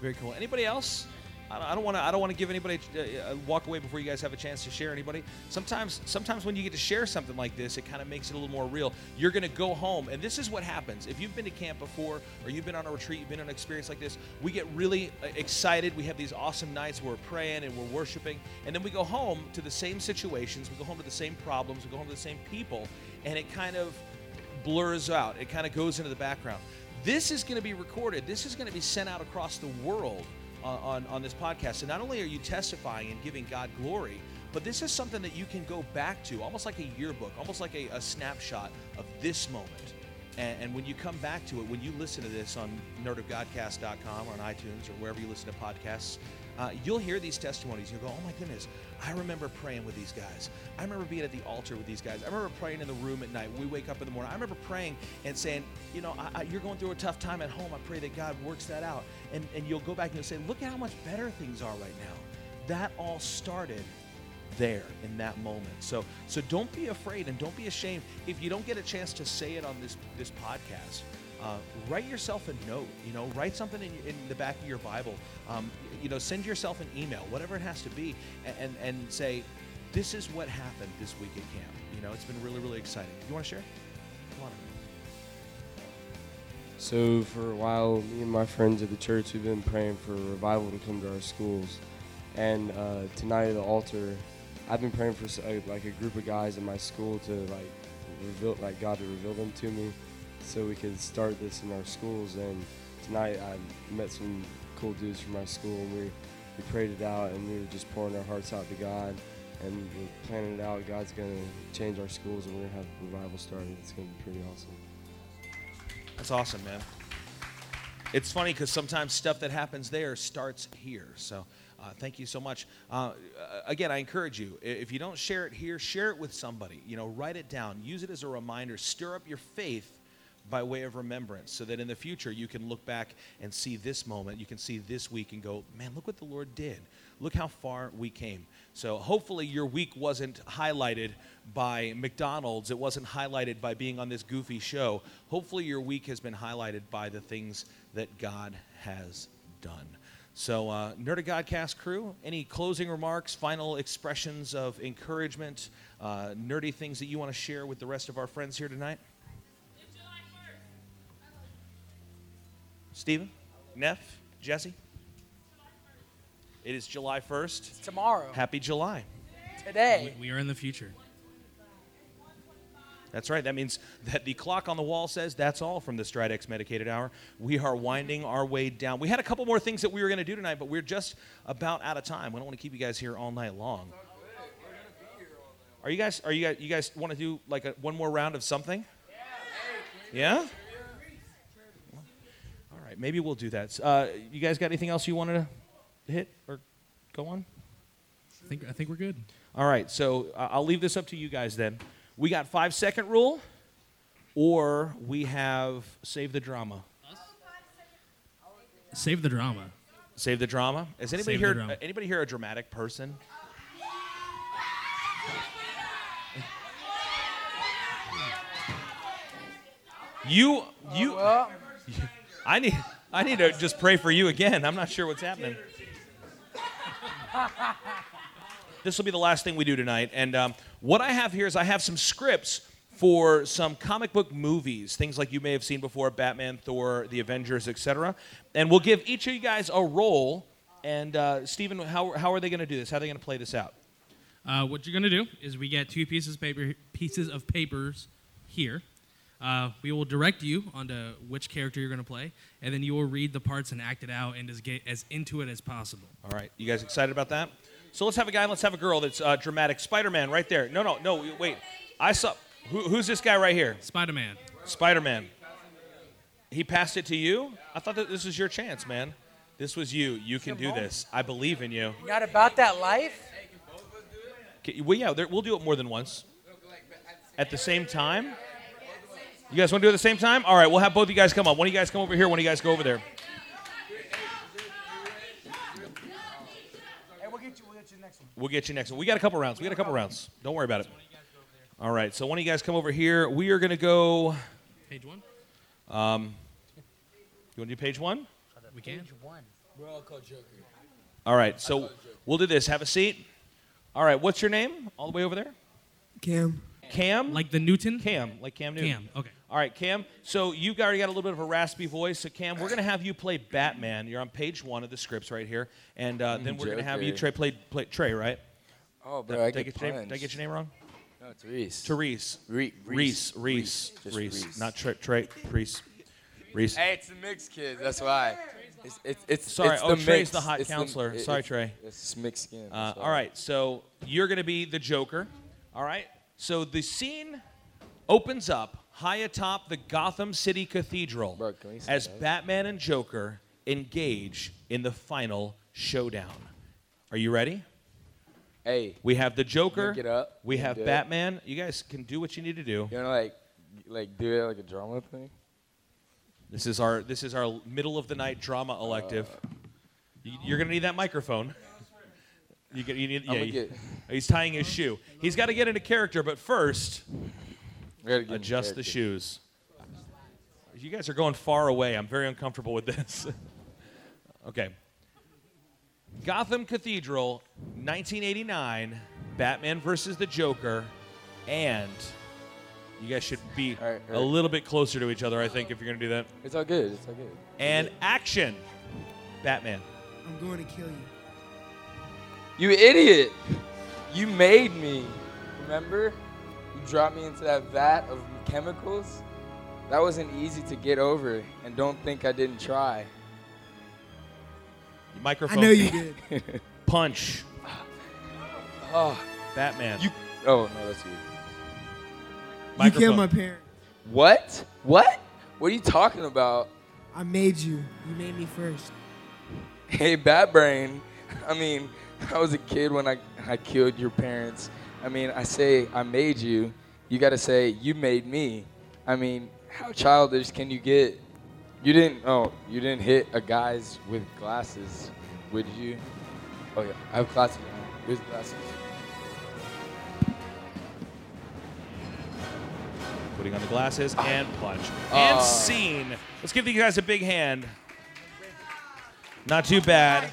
Speaker 2: Very cool. Anybody else? I don't- I don't want to. I don't want to give anybody uh, uh, walk away before you guys have a chance to share. Anybody? Sometimes, sometimes when you get to share something like this, it kind of makes it a little more real. You're going to go home, and this is what happens. If you've been to camp before, or you've been on a retreat, you've been on an experience like this, we get really uh, excited. We have these awesome nights where we're praying and we're worshiping, and then we go home to the same situations. We go home to the same problems. We go home to the same people, and it kind of blurs out. It kind of goes into the background. This is going to be recorded. This is going to be sent out across the world on, on, on this podcast. And not only are you testifying and giving God glory, but this is something that you can go back to, almost like a yearbook, almost like a, a snapshot of this moment. And, and when you come back to it, when you listen to this on nerdofgodcast.com or on iTunes or wherever you listen to podcasts, uh, you'll hear these testimonies. You'll go, oh my goodness, I remember praying with these guys. I remember being at the altar with these guys. I remember praying in the room at night. We wake up in the morning. I remember praying and saying, you know, I, I, you're going through a tough time at home. I pray that God works that out. And, and you'll go back and you'll say, look at how much better things are right now. That all started there in that moment. So so don't be afraid and don't be ashamed if you don't get a chance to say it on this this podcast. Uh, write yourself a note, you know, write something in, in the back of your Bible, um, you know, send yourself an email, whatever it has to be, and, and, and say, this is what happened this week at camp. You know, it's been really, really exciting. You want to share? Come on.
Speaker 15: So for a while, me and my friends at the church, we've been praying for a revival to come to our schools. And uh, tonight at the altar, I've been praying for s- uh, like a group of guys in my school to like reveal, like God to reveal them to me, so we could start this in our schools. And tonight, I met some cool dudes from my school, and we we prayed it out, and we were just pouring our hearts out to God. And we're planning it out. God's gonna change our schools, and we're gonna have revival started. It's gonna be pretty awesome.
Speaker 2: That's awesome, man. It's funny because sometimes stuff that happens there starts here. So uh, thank you so much. Uh, uh, again, I encourage you i- if you don't share it here, share it with somebody. You know, write it down, use it as a reminder, stir up your faith by way of remembrance so that in the future you can look back and see this moment. You can see this week and go, man, look what the Lord did. Look how far we came. So hopefully your week wasn't highlighted by McDonald's. It wasn't highlighted by being on this goofy show. Hopefully your week has been highlighted by the things that God has done. So, uh, Nerd of Godcast crew, any closing remarks, final expressions of encouragement, uh, nerdy things that you want to share with the rest of our friends here tonight? Steven, Neff, Jesse? It is July 1st.
Speaker 3: tomorrow.
Speaker 2: Happy July.
Speaker 3: Today.
Speaker 4: We are in the future.
Speaker 2: That's right. That means that the clock on the wall says that's all from the Stridex Medicated Hour. We are winding our way down. We had a couple more things that we were going to do tonight, but we're just about out of time. We don't want to keep you guys here all night long. Are you guys? Are you guys? You guys want to do like a, one more round of something? Yeah. All right. Maybe we'll do that. Uh, you guys got anything else you wanted to hit or go on?
Speaker 4: I think I think we're good.
Speaker 2: All right, so uh, I'll leave this up to you guys then. We got five second rule, or we have save the drama.
Speaker 4: Save the drama.
Speaker 2: Save the drama. Is anybody
Speaker 4: Save the
Speaker 2: here?
Speaker 4: drama.
Speaker 2: uh, Anybody here a dramatic person? you you. (laughs) I need I need to just pray for you again. I'm not sure what's happening. this will be the last thing we do tonight. And um, what I have here is I have some scripts for some comic book movies, things like you may have seen before Batman, Thor, The Avengers, etc. And we'll give each of you guys a role. And uh, Stephen, how, how are they going to do this? How are they going to play this out?
Speaker 4: Uh, what you're gonna do is we get two pieces of paper pieces of papers here. Uh, we will direct you onto which character you're gonna play, and then you will read the parts and act it out and as get as into it as possible.
Speaker 2: All right, you guys excited about that? So let's have a guy and let's have a girl that's uh, dramatic. Spider Man right there. No, no, no, wait. I saw. Who, who's this guy right here?
Speaker 4: Spider Man.
Speaker 2: Spider Man. He passed it to you? I thought that this was your chance, man. This was you. You can do this. I believe in you.
Speaker 3: Not about that life.
Speaker 2: Okay, well, yeah, there, we'll do it more than once. At the same time? You guys want to do it at the same time? All right, we'll have both of you guys come up. One of you guys come over here, one of you guys go over there.
Speaker 3: Hey, we'll get you. We'll get you next one.
Speaker 2: We'll get you next one. We got a couple rounds. We got a couple rounds. Don't worry about it. All right, so one of you guys come over here. We are going to go.
Speaker 4: Page one.
Speaker 2: Um, you want to do page one?
Speaker 4: We can.
Speaker 3: one. We're all called Joker.
Speaker 2: All right, so we'll do this. Have a seat. All right, what's your name? All the way over there?
Speaker 4: Cam.
Speaker 2: Cam?
Speaker 4: Like the Newton?
Speaker 2: Cam, like Cam Newton.
Speaker 4: Cam, okay.
Speaker 2: All right, Cam. So you've already got a little bit of a raspy voice. So, Cam, we're going to have you play Batman. You're on page one of the scripts right here. And uh, then we're going to have you
Speaker 1: Joker.
Speaker 2: Trey, play, play, Trey, right?
Speaker 1: Oh,
Speaker 2: Did-
Speaker 1: bro, I
Speaker 2: did
Speaker 1: get
Speaker 2: get your name- Did I
Speaker 1: punched.
Speaker 2: get your name wrong?
Speaker 1: No, it's Reese.
Speaker 2: Therese.
Speaker 1: Re-
Speaker 2: Reese.
Speaker 1: Reese.
Speaker 2: Reese. Reese.
Speaker 1: Just Reese.
Speaker 2: Not Trey. Trey. Reese. Reese.
Speaker 1: Hey, it's the mixed kids. That's why. It's, it's, it's,
Speaker 2: Sorry.
Speaker 1: it's the
Speaker 2: oh, Trey's
Speaker 1: mix.
Speaker 2: the hot
Speaker 1: It's
Speaker 2: counselor.
Speaker 1: it-
Speaker 2: Sorry,
Speaker 1: it's-
Speaker 2: Trey.
Speaker 1: It's mixed skin.
Speaker 2: Uh,
Speaker 1: that's why.
Speaker 2: all right. So you're going to be the Joker. All right. So the scene opens up high atop the Gotham City Cathedral
Speaker 1: see
Speaker 2: as
Speaker 1: that?
Speaker 2: Batman and Joker engage in the final showdown. Are you ready?
Speaker 1: Hey.
Speaker 2: We have the Joker.
Speaker 1: Link it up.
Speaker 2: We
Speaker 1: You
Speaker 2: have
Speaker 1: do it.
Speaker 2: Batman. You guys can do what you need to do.
Speaker 1: You know, like, like do it like a drama thing.
Speaker 2: This is our this is our middle of the night drama elective. You- You're gonna need that microphone. You, get, you need.
Speaker 1: I'ma
Speaker 2: Yeah, you-
Speaker 1: get-
Speaker 2: he's tying his shoe. He's got to get into character, but first, adjust the
Speaker 1: character.
Speaker 2: shoes. You guys are going far away. I'm very uncomfortable with this. (laughs) okay. Gotham Cathedral, 1989, Batman versus the Joker, and You guys should be
Speaker 1: right.
Speaker 2: a little bit closer to each other, I think, if you're going to do that.
Speaker 1: It's all good. It's all good.
Speaker 2: And action, Batman.
Speaker 12: I'm going to kill you.
Speaker 1: You idiot! You made me. Remember? You dropped me into that vat of chemicals? That wasn't easy to get over, and don't think I didn't try.
Speaker 2: Microphone.
Speaker 1: I know you did.
Speaker 2: (laughs) Punch.
Speaker 1: Oh.
Speaker 2: Batman.
Speaker 1: You. Oh, no, that's you.
Speaker 12: You killed my parents.
Speaker 1: What? What? What are you talking about?
Speaker 12: I made you. You made me first.
Speaker 1: (laughs) Hey, Bat Brain. I mean, (laughs) I was a kid when I, I killed your parents. I mean, I say I made you. You got to say you made me. I mean, how childish can you get? You didn't. Oh, you didn't hit a guy's with glasses, would you? Oh yeah, I have glasses. on. Here's glasses.
Speaker 2: Putting on the glasses and punch.
Speaker 1: Ah.
Speaker 2: And scene. Let's give these guys a big hand. Not too bad.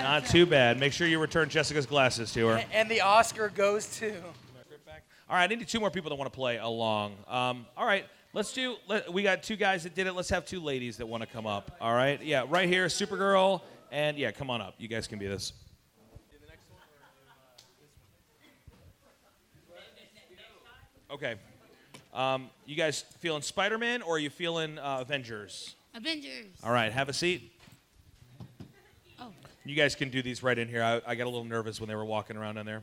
Speaker 2: Not too bad. Make sure you return Jessica's glasses to her.
Speaker 3: And, and the Oscar goes to.
Speaker 2: All right, I need two more people that want to play along. Um, all right, let's do. Let, we got two guys that did it. Let's have two ladies that want to come up. All right, yeah, right here, Supergirl, and yeah, come on up. You guys can be this. Okay, um, you guys feeling Spider-Man or are you feeling uh, Avengers?
Speaker 17: Avengers.
Speaker 2: All right, have a seat.
Speaker 17: Oh.
Speaker 2: You guys can do these right in here. I, I got a little nervous when they were walking around down there.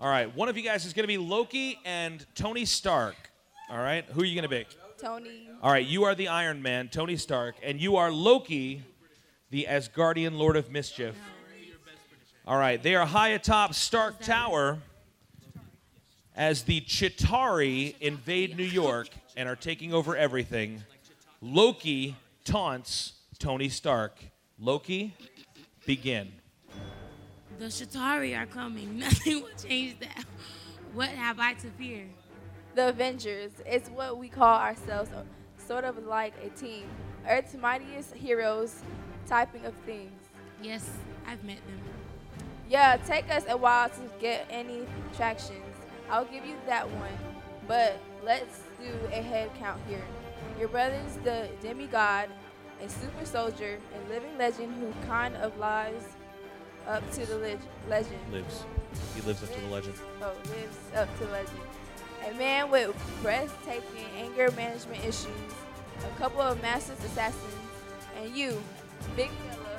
Speaker 2: All right, one of you guys is going to be Loki and Tony Stark. All right, who are you going to be?
Speaker 18: Tony.
Speaker 2: All right, you are the Iron Man, Tony Stark, and you are Loki, the Asgardian Lord of Mischief. All right, they are high atop Stark Tower as the Chitari invade New York and are taking over everything. Loki taunts Tony Stark. Loki, begin.
Speaker 17: The Shatari are coming. (laughs) Nothing will change that. What have I to fear?
Speaker 18: The Avengers is what we call ourselves, uh, sort of like a team. Earth's mightiest heroes, typing of things.
Speaker 17: Yes, I've met them.
Speaker 18: Yeah, take us a while to get any tractions. I'll give you that one. But let's do a head count here. Your brother's the demigod, a super soldier, a living legend who kind of lives up to the leg- legend.
Speaker 2: Lives. He lives up to the legend.
Speaker 18: Oh, lives up to legend. A man with breathtaking anger management issues, a couple of masters assassins, and you, big fella,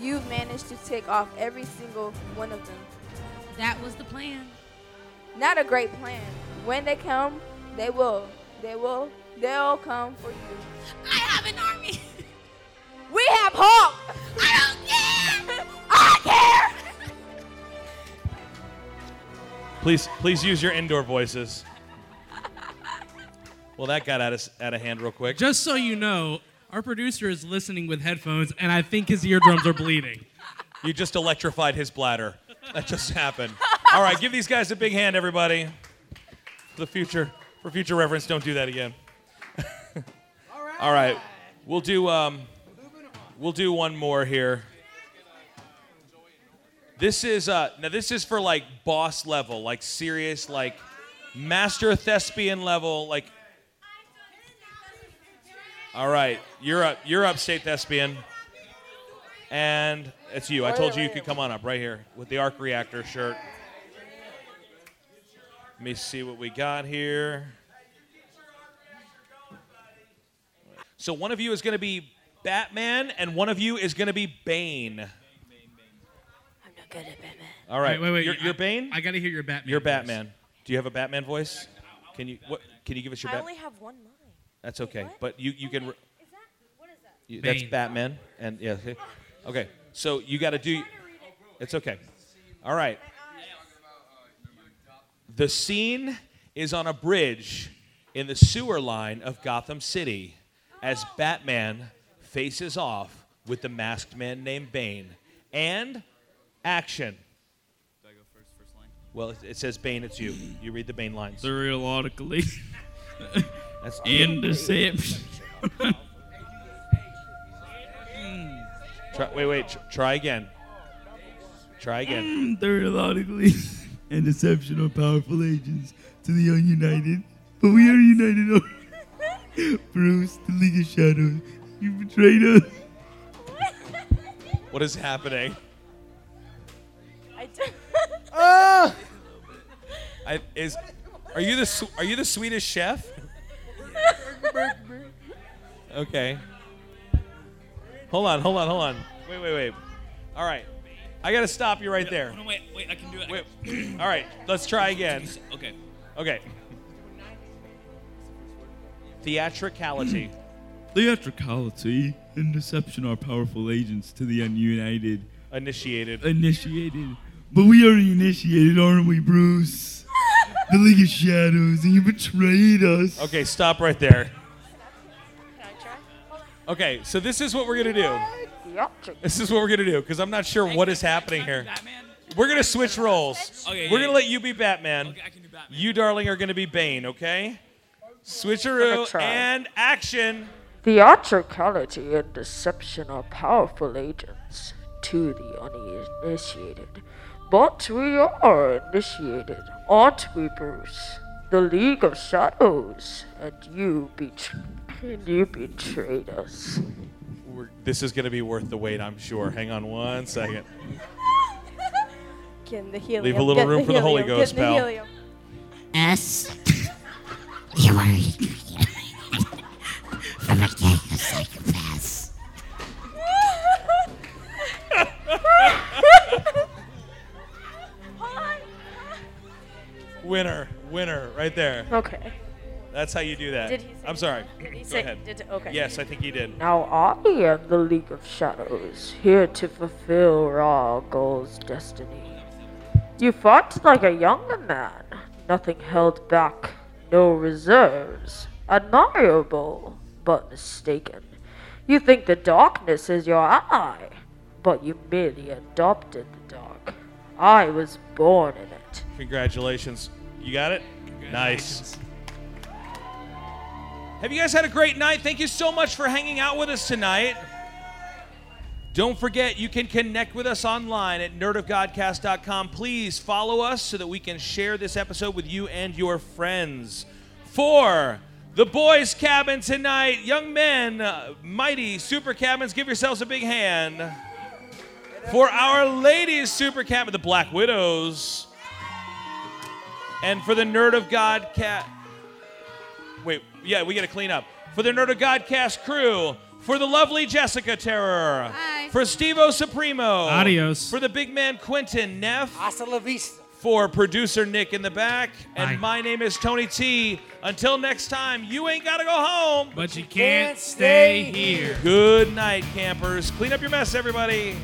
Speaker 18: you managed to take off every single one of them.
Speaker 17: That was the plan.
Speaker 18: Not a great plan. When they come, they will. They will. They'll come for you.
Speaker 17: I have an army.
Speaker 18: We have Hulk.
Speaker 17: I don't care.
Speaker 2: Please, please use your indoor voices. Well, that got out of, out of hand real quick.
Speaker 4: Just so you know, our producer is listening with headphones, and I think his eardrums are bleeding.
Speaker 2: You just electrified his bladder. That just happened. All right, give these guys a big hand, everybody. For the future, for future reference, don't do that again. (laughs) All right. We'll do um, we'll do one more here. This is uh, now this is for like boss level, like serious, like master thespian level, like. All right, you're up. You're upstate thespian, and it's you. I told you you could come on up right here with the arc reactor shirt. Let me see what we got here. So one of you is going to be Batman, and one of you is going to be Bane.
Speaker 6: Good at Batman.
Speaker 2: All right.
Speaker 4: Wait, wait, wait.
Speaker 2: You're, you're Bane.
Speaker 4: I gotta hear your Batman.
Speaker 2: You're Batman. Do you have a Batman voice? Can you what? Can you give us your?
Speaker 6: I
Speaker 2: Bat-
Speaker 6: only have
Speaker 19: one line.
Speaker 2: That's okay. But you you can. Re- you-
Speaker 4: Bane.
Speaker 2: That's Batman. And yeah. Okay. okay. So you got to do. It's okay. All right. The scene is on a bridge in the sewer line of Gotham City as Batman faces off with the masked man named Bane. And action.
Speaker 20: Do I go first, first line?
Speaker 2: Well, it, it says Bane, it's you. You read the Bane lines.
Speaker 20: Periodically.
Speaker 2: That's
Speaker 20: Interception.
Speaker 2: Try, wait, wait. tr- Try again. Try again.
Speaker 20: (laughs) Periodically. and deception of powerful agents to the ununited But we are united over. (laughs) Bruce, the League of Shadows, you betrayed us.
Speaker 2: What is happening?
Speaker 6: (laughs)
Speaker 10: I don't.
Speaker 2: I, is are you the Sw- are you the Swedish chef?
Speaker 3: (laughs)
Speaker 2: Okay. Hold on, hold on, hold on. Wait, wait, wait. All right. I got to stop you right there.
Speaker 21: Oh, No, wait, wait, I can do it. I
Speaker 2: Wait. (clears throat) All right, let's try again.
Speaker 21: Okay.
Speaker 2: Okay. Theatricality. (clears throat)
Speaker 20: Theatricality and deception are powerful agents to the ununited.
Speaker 2: Initiated.
Speaker 20: Initiated. But we are initiated, aren't we, Bruce? the League of Shadows, and you betrayed us.
Speaker 2: Okay, stop right there. Okay, so this is what we're going to do. This is what we're going to do because I'm not sure what is happening here. We're going to switch roles.
Speaker 21: Okay, yeah,
Speaker 2: We're going
Speaker 21: yeah.
Speaker 2: to let you be Batman. You, darling, are going to be Bane, okay? Switcheroo
Speaker 22: try.
Speaker 2: and action.
Speaker 22: Theatricality and deception are powerful agents to the uninitiated. But we are initiated, aren't we, Bruce? The League of Shadows, and you, betr and you betrayed us.
Speaker 2: We're, this is going to be worth the wait, I'm sure. Hang on one second.
Speaker 10: Getting the helium.
Speaker 2: Leave a little
Speaker 10: getting
Speaker 2: room for the Holy
Speaker 10: helium,
Speaker 2: Ghost,
Speaker 10: getting the
Speaker 2: pal.
Speaker 10: helium.
Speaker 18: S. you are (laughs) from a gang of psychopaths.
Speaker 10: (laughs)
Speaker 2: Winner, winner, right there.
Speaker 22: Okay.
Speaker 2: That's how you do that.
Speaker 22: Did he say-
Speaker 2: I'm sorry.
Speaker 22: did he
Speaker 2: Go
Speaker 22: say-
Speaker 2: ahead.
Speaker 22: did- okay.
Speaker 2: Yes, I think he did.
Speaker 22: Now I am the League of Shadows, here to fulfill Ra's destiny. You fought like a younger man, nothing held back, no reserves. Admirable, but mistaken. You think the darkness is your ally, but you merely adopted the dark. I was born in it.
Speaker 2: Congratulations. You got it? Nice. Have you guys had a great night? Thank you so much for hanging out with us tonight. Don't forget, you can connect with us online at nerdofgodcast.com. Please follow us so that we can share this episode with you and your friends. For the boys' cabin tonight, young men, uh, mighty super cabins, give yourselves a big hand. For our ladies' super cabin, the Black Widows. And for the Nerd of God cat. Wait, yeah, we got to clean up. For the Nerd of Godcast crew, for the lovely Jessica Terror, for Stevo Supremo,
Speaker 4: Adios.
Speaker 2: for the big man Quentin Neff,
Speaker 3: Hasta la vista.
Speaker 2: for producer Nick in the back, and my name is Tony T. Until next time, you ain't got to go home,
Speaker 4: But you can't stay here.
Speaker 2: Good night, campers. Clean up your mess, everybody.